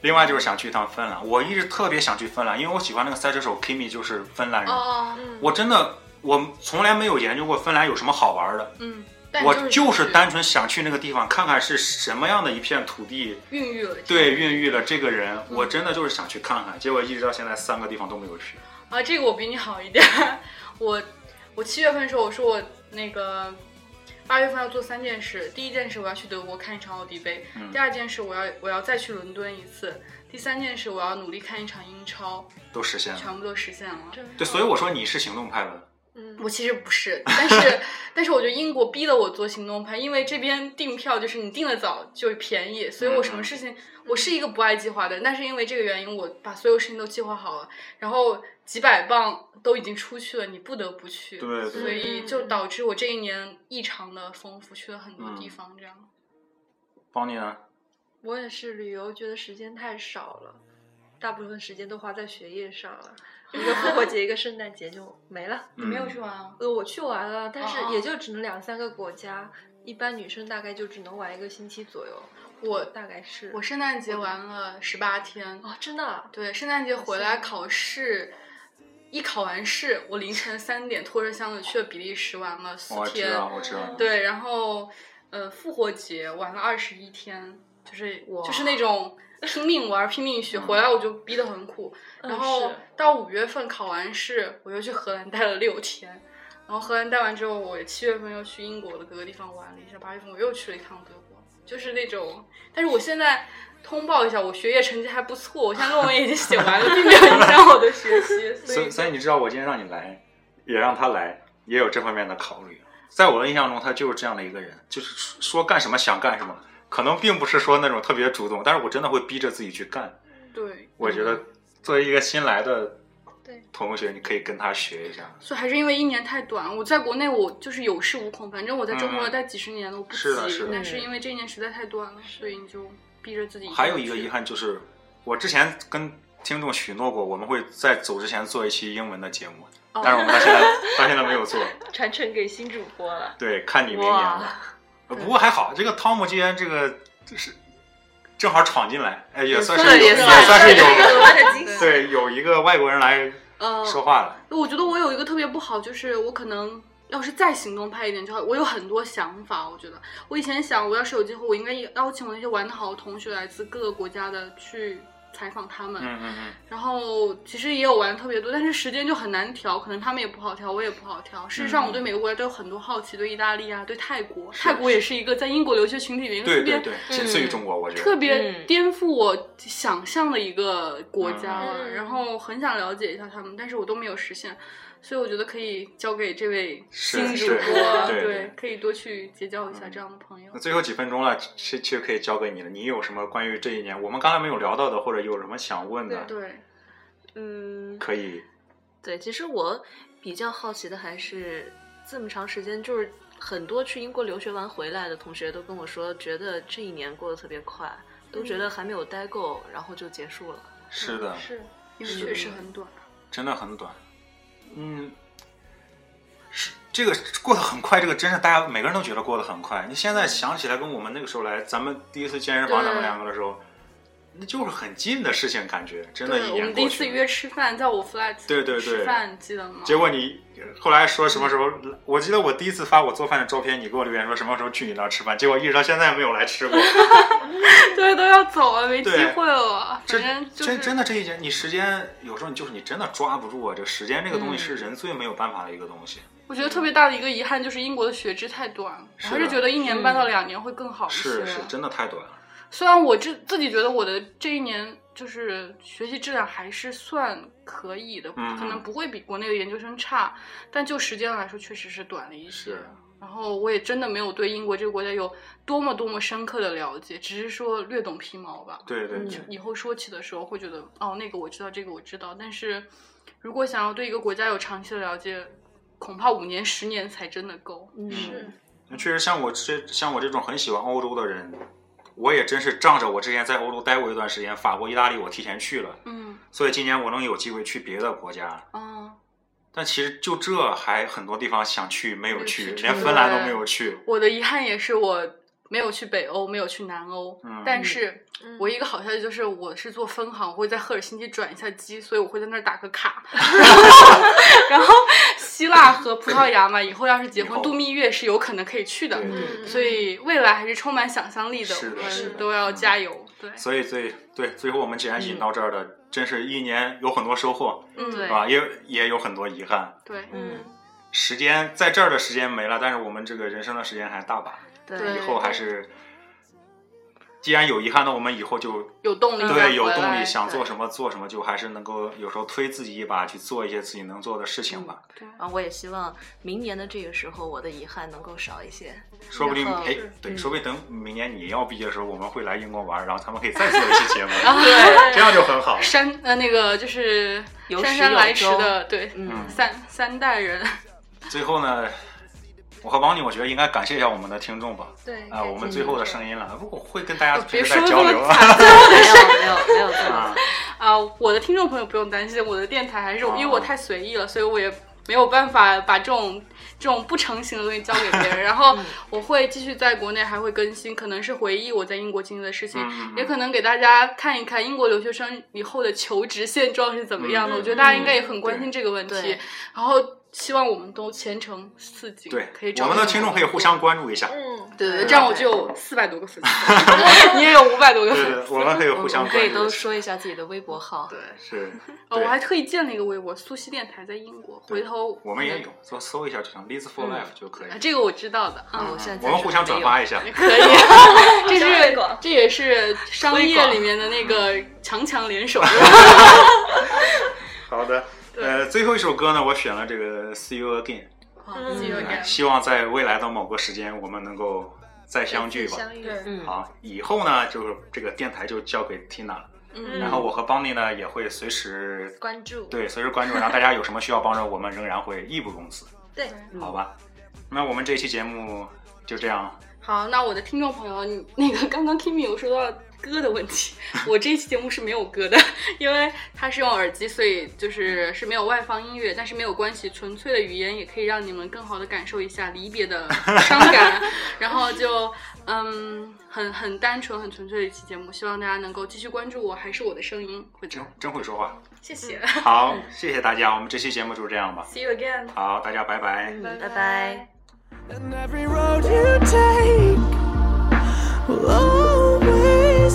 [SPEAKER 2] 另外就是想去一趟芬兰，我一直特别想去芬兰，因为我喜欢那个赛车手 Kimi 就是芬兰人。
[SPEAKER 4] 哦，
[SPEAKER 1] 嗯，
[SPEAKER 2] 我真的我从来没有研究过芬兰有什么好玩的，
[SPEAKER 4] 嗯，但
[SPEAKER 2] 我就
[SPEAKER 4] 就是
[SPEAKER 2] 单纯想去那个地方看看是什么样的一片土地，
[SPEAKER 4] 孕育了，
[SPEAKER 2] 对，孕育了这个人，我真的就是想去看看，结果一直到现在三个地方都没有去。
[SPEAKER 4] 啊，这个我比你好一点。我我七月份的时候，我说我那个八月份要做三件事。第一件事我要去德国看一场奥迪杯，
[SPEAKER 2] 嗯
[SPEAKER 4] 第二件事我要我要再去伦敦一次，第三件事我要努力看一场英超，
[SPEAKER 2] 都实现了。
[SPEAKER 4] 全部都实现了。
[SPEAKER 1] 真好
[SPEAKER 2] 对，所以我说你是行动派的，
[SPEAKER 1] 嗯，
[SPEAKER 4] 我其实不是，但是但是我觉得英国逼得我做行动派，因为这边订票就是你订的早就便宜，所以我什么事
[SPEAKER 2] 嗯
[SPEAKER 4] 情我是一个不爱计划的人，但是因为这个原因，我把所有事情都计划好了，然后几百磅都已经出去了，你不得不去，
[SPEAKER 2] 对对
[SPEAKER 4] 所以就导致我这一年异常的丰富，去了很多
[SPEAKER 2] 嗯
[SPEAKER 4] 地方，这样。
[SPEAKER 2] 邦尼呢？
[SPEAKER 1] 我也是旅游，觉得时间太少了，大部分时间都花在学业上了。一个复活节，一个圣诞节就没了。
[SPEAKER 2] 嗯、
[SPEAKER 4] 玩啊？
[SPEAKER 1] 呃，我去玩了，但
[SPEAKER 4] 哦
[SPEAKER 1] 是也就只能两三个国家，一般女生大概就只能玩一个星期左右。
[SPEAKER 4] 我
[SPEAKER 1] 大概是
[SPEAKER 4] 我圣诞节玩了十八天，
[SPEAKER 1] 哦，真的啊
[SPEAKER 4] 对，圣诞节回来考试，一考完试，我凌晨三点拖着箱子去了比利时玩了四
[SPEAKER 2] 哦我知
[SPEAKER 4] 天
[SPEAKER 2] 道，，我知道。
[SPEAKER 4] 对，然后呃复活节玩了二十一天，就是
[SPEAKER 3] 哇嗯
[SPEAKER 4] 就是那种拼命玩拼命学，回来我就逼得很苦，然后
[SPEAKER 3] 是
[SPEAKER 4] 到五月份考完试，我又去荷兰待了六天。然后荷兰待完之后，我七月份又去英国的各个地方玩了一下，八月份我又去了一趟德国，就是那种。但是我现在通报一下，我学业成绩还不错，我现在论文已经写完了，并没有影响我的 学习，所
[SPEAKER 2] 所
[SPEAKER 4] 以
[SPEAKER 2] 以所以你知道我今天让你来，也让他来，也有这方面的考虑。在我的印象中，他就是这样的一个人，就是说说干什么想干什么，可能并不是说那种特别主动，但是我真的会逼着自己去干。
[SPEAKER 4] 对，
[SPEAKER 2] 我觉
[SPEAKER 4] 嗯
[SPEAKER 2] 得作为一个新来的
[SPEAKER 1] 对
[SPEAKER 2] 同学，你可以跟他学一下。
[SPEAKER 4] 所以还是因为一年太短，我在国内我就是有恃无恐，反正我在中国
[SPEAKER 2] 嗯
[SPEAKER 4] 待几十年了，我不急。
[SPEAKER 2] 是的是的
[SPEAKER 4] 但是因为这一年实在太短了，所以你就逼着自己。
[SPEAKER 2] 还有一个遗，憾就是，我之前跟听众许诺过，我们会在走之前做一期英文的节目，
[SPEAKER 4] 哦
[SPEAKER 2] 但是我们到现在到现在没有做。
[SPEAKER 3] 传承给新主播了。
[SPEAKER 2] 对，看你明年
[SPEAKER 3] 哇
[SPEAKER 2] 了。呃不过还好，这个汤姆既然这个就是正好闯进来，哎，也算是
[SPEAKER 3] 算
[SPEAKER 2] 有
[SPEAKER 3] 也
[SPEAKER 2] 也
[SPEAKER 3] 算
[SPEAKER 2] 算是有
[SPEAKER 1] 额外的惊 喜。
[SPEAKER 2] 对有一个外国人来
[SPEAKER 4] 呃，
[SPEAKER 2] 说话了。
[SPEAKER 4] 我觉得我有一个特别不好，就是我可能要是再行动派一点就好。我有很多想法，我觉得我以前想，我要是有机会，我应该邀请我那些玩的好的同学，来自各个国家的去采访他们，
[SPEAKER 2] 嗯嗯嗯，
[SPEAKER 4] 然后其实也有玩的特别多，但是时间就很难调，可能他们也不好调，我也不好调。事实上，我对每个国家都有很多好奇，对意大利啊，对泰国，泰国也是一个在英国留学群体里面
[SPEAKER 2] 对
[SPEAKER 4] 特
[SPEAKER 2] 对
[SPEAKER 4] 别
[SPEAKER 2] 对，仅次于中国，我觉
[SPEAKER 4] 特
[SPEAKER 2] 得。
[SPEAKER 4] 别
[SPEAKER 3] 嗯
[SPEAKER 4] 颠覆我想象的一个国家了。
[SPEAKER 1] 嗯
[SPEAKER 4] 然后很想了解一下他们，但是我都没有实现，所以我觉得可以交给这位
[SPEAKER 2] 是
[SPEAKER 4] 新主
[SPEAKER 2] 是
[SPEAKER 4] 播，
[SPEAKER 2] 对嗯
[SPEAKER 4] 可以多去结交一下这样的朋友
[SPEAKER 2] 那。最后几分钟了，其其实可以交给你了。你有什么关于这一年我们刚才没有聊到的，或者有什么想问的，
[SPEAKER 4] 对，
[SPEAKER 3] 嗯，
[SPEAKER 2] 可以。
[SPEAKER 3] 对，其实我比较好奇的还是这么长时间，就是很多去英国留学完回来的同学都跟我说，觉得这一年过得特别快，都觉得还没有待够，然后就结束了。
[SPEAKER 2] 是的，
[SPEAKER 1] 是
[SPEAKER 4] 因为确实很短。
[SPEAKER 2] 真的很短。嗯，是这个过得很快，这个真是大家每个人都觉得过得很快。你现在想起来，跟我们那个时候来，咱们第一次健身房
[SPEAKER 4] 对
[SPEAKER 2] 咱们两个的时候，那就是很近的事情，感觉真的。
[SPEAKER 4] 对，
[SPEAKER 2] 一
[SPEAKER 4] 我
[SPEAKER 2] 年
[SPEAKER 4] 们第
[SPEAKER 2] 过
[SPEAKER 4] 一次
[SPEAKER 2] 去了。
[SPEAKER 4] 约吃饭，在我 flat
[SPEAKER 2] 对对对
[SPEAKER 4] 吃饭，记得吗？
[SPEAKER 2] 结果你后来说什么时候？我记得我第一次发我做饭的照片，你给我留言说什么时候去你那儿吃饭，结果一直到现在没有来 吃过。
[SPEAKER 4] 对，都要走了，没机
[SPEAKER 2] 对
[SPEAKER 4] 会了。啊
[SPEAKER 2] 这
[SPEAKER 4] 反正就是
[SPEAKER 2] 真真的这一件，你时间有时候你就是你真的抓不住啊！这时间这个
[SPEAKER 4] 嗯
[SPEAKER 2] 东西是人最没有办法的一个东西。
[SPEAKER 4] 我觉得特别大的一个遗憾就是英国的学制太短了，我还
[SPEAKER 2] 是
[SPEAKER 4] 是
[SPEAKER 2] 的
[SPEAKER 4] 觉得一年半到两年会更好一些。啊
[SPEAKER 2] 是是，真的太短了。
[SPEAKER 4] 虽然我自自己觉得我的这一年就是学习质量还是算可以的，
[SPEAKER 2] 嗯
[SPEAKER 4] 可能不会比国内的研究生差，但就时间来说确实是短了一些。啊然后我也真的没有对英国这个国家有多么多么深刻的了解，只是说略懂皮毛吧。
[SPEAKER 2] 对对
[SPEAKER 3] 嗯
[SPEAKER 2] 对，
[SPEAKER 4] 以后说起的时候会觉得，哦，那个我知道，这个我知道。但是如果想要对一个国家有长期的了解，恐怕五年、十年才真的够。
[SPEAKER 2] 嗯
[SPEAKER 1] 是，
[SPEAKER 2] 确实像我这像我这种很喜欢欧洲的人，我也真是仗着我之前在欧洲待过一段时间，法国、意大利我提前去了，
[SPEAKER 4] 嗯，
[SPEAKER 2] 所以今年我能有机会去别的国家。
[SPEAKER 4] 啊，
[SPEAKER 2] 但其实就这还很多地方想去没有去，
[SPEAKER 4] 没有去
[SPEAKER 2] 连芬兰都没有去。
[SPEAKER 4] 我的遗憾也是我没有去北欧，没有去南欧。
[SPEAKER 2] 嗯
[SPEAKER 4] 但是
[SPEAKER 1] 嗯
[SPEAKER 4] 我一个好消息就是，我是做分行，我会在赫尔辛基转一下机，所以我会在那儿打个 卡。然后，然后希腊和葡萄牙嘛，以后要是结
[SPEAKER 2] 以
[SPEAKER 4] 婚
[SPEAKER 2] 后
[SPEAKER 4] 度蜜月是有可能可以去的。
[SPEAKER 2] 对对
[SPEAKER 1] 嗯
[SPEAKER 4] 所以未来还是充满想象力的，
[SPEAKER 2] 是的
[SPEAKER 4] 我
[SPEAKER 2] 是
[SPEAKER 4] 们
[SPEAKER 2] 的嗯
[SPEAKER 4] 都要加油。对，
[SPEAKER 2] 所以最对最后我们既然引到这儿了，真是一年有很多收获，
[SPEAKER 4] 嗯，
[SPEAKER 3] 对
[SPEAKER 2] 是吧？也也有很多遗憾。
[SPEAKER 4] 对，
[SPEAKER 1] 嗯
[SPEAKER 2] 时间在这儿的时间没了，但是我们这个人生的时间还大把，
[SPEAKER 4] 对
[SPEAKER 2] 以后还是，既然有遗憾，那我们以后就
[SPEAKER 4] 有动力，
[SPEAKER 2] 对，有动力，想
[SPEAKER 3] 对
[SPEAKER 2] 做什么做什么，就还是能够有时候推自己一把，去做一些自己能做的事
[SPEAKER 4] 嗯
[SPEAKER 2] 情吧。
[SPEAKER 3] 然后我也希望明年的这个时候，我的遗憾能够少一些。
[SPEAKER 2] 说不定
[SPEAKER 3] 然后
[SPEAKER 2] 哎，
[SPEAKER 4] 嗯
[SPEAKER 2] 对，说不定等明年你要毕业的时候，我们会来英国玩，然后咱们可以再做一期 节目，
[SPEAKER 4] 对，
[SPEAKER 2] 这样就很好。
[SPEAKER 4] 山呃那个就是
[SPEAKER 3] 有
[SPEAKER 4] 姗
[SPEAKER 3] 始
[SPEAKER 4] 姗
[SPEAKER 3] 有
[SPEAKER 4] 来迟
[SPEAKER 3] 终
[SPEAKER 4] 的，对，
[SPEAKER 2] 嗯
[SPEAKER 4] 三三 代人，
[SPEAKER 2] 最后呢，我和王宁，我觉得应该感谢一下我们的听众吧。
[SPEAKER 1] 对
[SPEAKER 2] 啊，我们最后的声音了，不过会跟大家随
[SPEAKER 4] 嗯 哦别
[SPEAKER 2] 时
[SPEAKER 4] 说
[SPEAKER 2] 在
[SPEAKER 4] 这
[SPEAKER 2] 交流
[SPEAKER 4] 么
[SPEAKER 2] 啊。
[SPEAKER 4] 惨
[SPEAKER 3] 没有没有没有这么
[SPEAKER 2] 啊
[SPEAKER 4] 啊！我的听众朋友不用担心，我的电台还是
[SPEAKER 2] 哦
[SPEAKER 4] 因为我太随意了，所以我也没有办法把这种这种不成形的东西交给别人。然
[SPEAKER 3] 嗯
[SPEAKER 4] 后我会继续在国内还会更新，可能是回忆我在英国经历的事情，
[SPEAKER 2] 嗯嗯嗯
[SPEAKER 4] 也可能给大家看一看英国留学生以后的求职现状是怎么样的。
[SPEAKER 2] 嗯
[SPEAKER 4] 我觉得大家应该也很关心这个问
[SPEAKER 3] 对
[SPEAKER 4] 题，然后希望我们都前程似锦，
[SPEAKER 2] 对
[SPEAKER 4] 可以，找
[SPEAKER 2] 我们的
[SPEAKER 4] 到
[SPEAKER 2] 听众可以
[SPEAKER 4] 工
[SPEAKER 2] 互
[SPEAKER 4] 作
[SPEAKER 2] 相关注一下。
[SPEAKER 1] 嗯，
[SPEAKER 3] 对对，
[SPEAKER 4] 这样我就有四百多个 粉丝，你也有五百多个
[SPEAKER 2] 对
[SPEAKER 4] 粉
[SPEAKER 2] 对，
[SPEAKER 4] 丝。
[SPEAKER 2] 我们可以
[SPEAKER 3] 我
[SPEAKER 2] 互相
[SPEAKER 3] 们可
[SPEAKER 2] 关
[SPEAKER 3] 以
[SPEAKER 2] 注
[SPEAKER 3] 都
[SPEAKER 2] 一下。
[SPEAKER 3] 说一下自己的微博号。
[SPEAKER 4] 对，
[SPEAKER 2] 是，
[SPEAKER 4] 哦，我
[SPEAKER 2] 对
[SPEAKER 4] 还特意建了一个微博，苏西电台在英国，
[SPEAKER 2] 对
[SPEAKER 4] 回头
[SPEAKER 2] 我们也有，搜搜一下就行，Liz for Life 就可以
[SPEAKER 4] 嗯啊，。这个我知道的啊，
[SPEAKER 3] 嗯，我现在
[SPEAKER 2] 我们互相转发一下。
[SPEAKER 4] 可以， 这
[SPEAKER 1] 小推
[SPEAKER 4] 是
[SPEAKER 1] 广
[SPEAKER 4] 这也是商
[SPEAKER 3] 推
[SPEAKER 4] 业
[SPEAKER 3] 广
[SPEAKER 4] 里面的那个强强 联手，
[SPEAKER 2] 好的，呃，最后一首歌呢，我选了这个 See You Again，
[SPEAKER 1] 嗯
[SPEAKER 4] 饥饿感
[SPEAKER 2] 希望在未来的某个时间，我们能够再相聚吧。
[SPEAKER 1] 相遇，
[SPEAKER 3] 嗯，
[SPEAKER 2] 好，以后呢，就是这个电台就交给 Tina 了，
[SPEAKER 4] 嗯
[SPEAKER 2] 然后我和邦尼呢也会随时
[SPEAKER 1] 关注，
[SPEAKER 2] 对随时关注，然后大家有什么需要帮助，我们仍然会义不容辞，
[SPEAKER 1] 对，
[SPEAKER 2] 好吧？那我们这期节目就这样，
[SPEAKER 4] 好，那我的听众朋友，你那个刚刚 Kimi 有说到歌的问题，我这一期节目是没有歌的， 因为它是用耳机，所以就是是没有外放音乐，但是没有关系，纯粹的语言也可以让你们更好的感受一下离别的伤感，然后就嗯，很很单纯、很纯粹的一期节目，希望大家能够继续关注我，还是我的声音会这
[SPEAKER 2] 真
[SPEAKER 4] 样。
[SPEAKER 2] 真会说话。嗯
[SPEAKER 4] 谢谢，
[SPEAKER 2] 好，谢谢大家，我们这期节目就是这样吧。
[SPEAKER 1] See you again，
[SPEAKER 2] 好，大家拜拜。
[SPEAKER 3] 嗯，拜拜。
[SPEAKER 6] And every road you take will always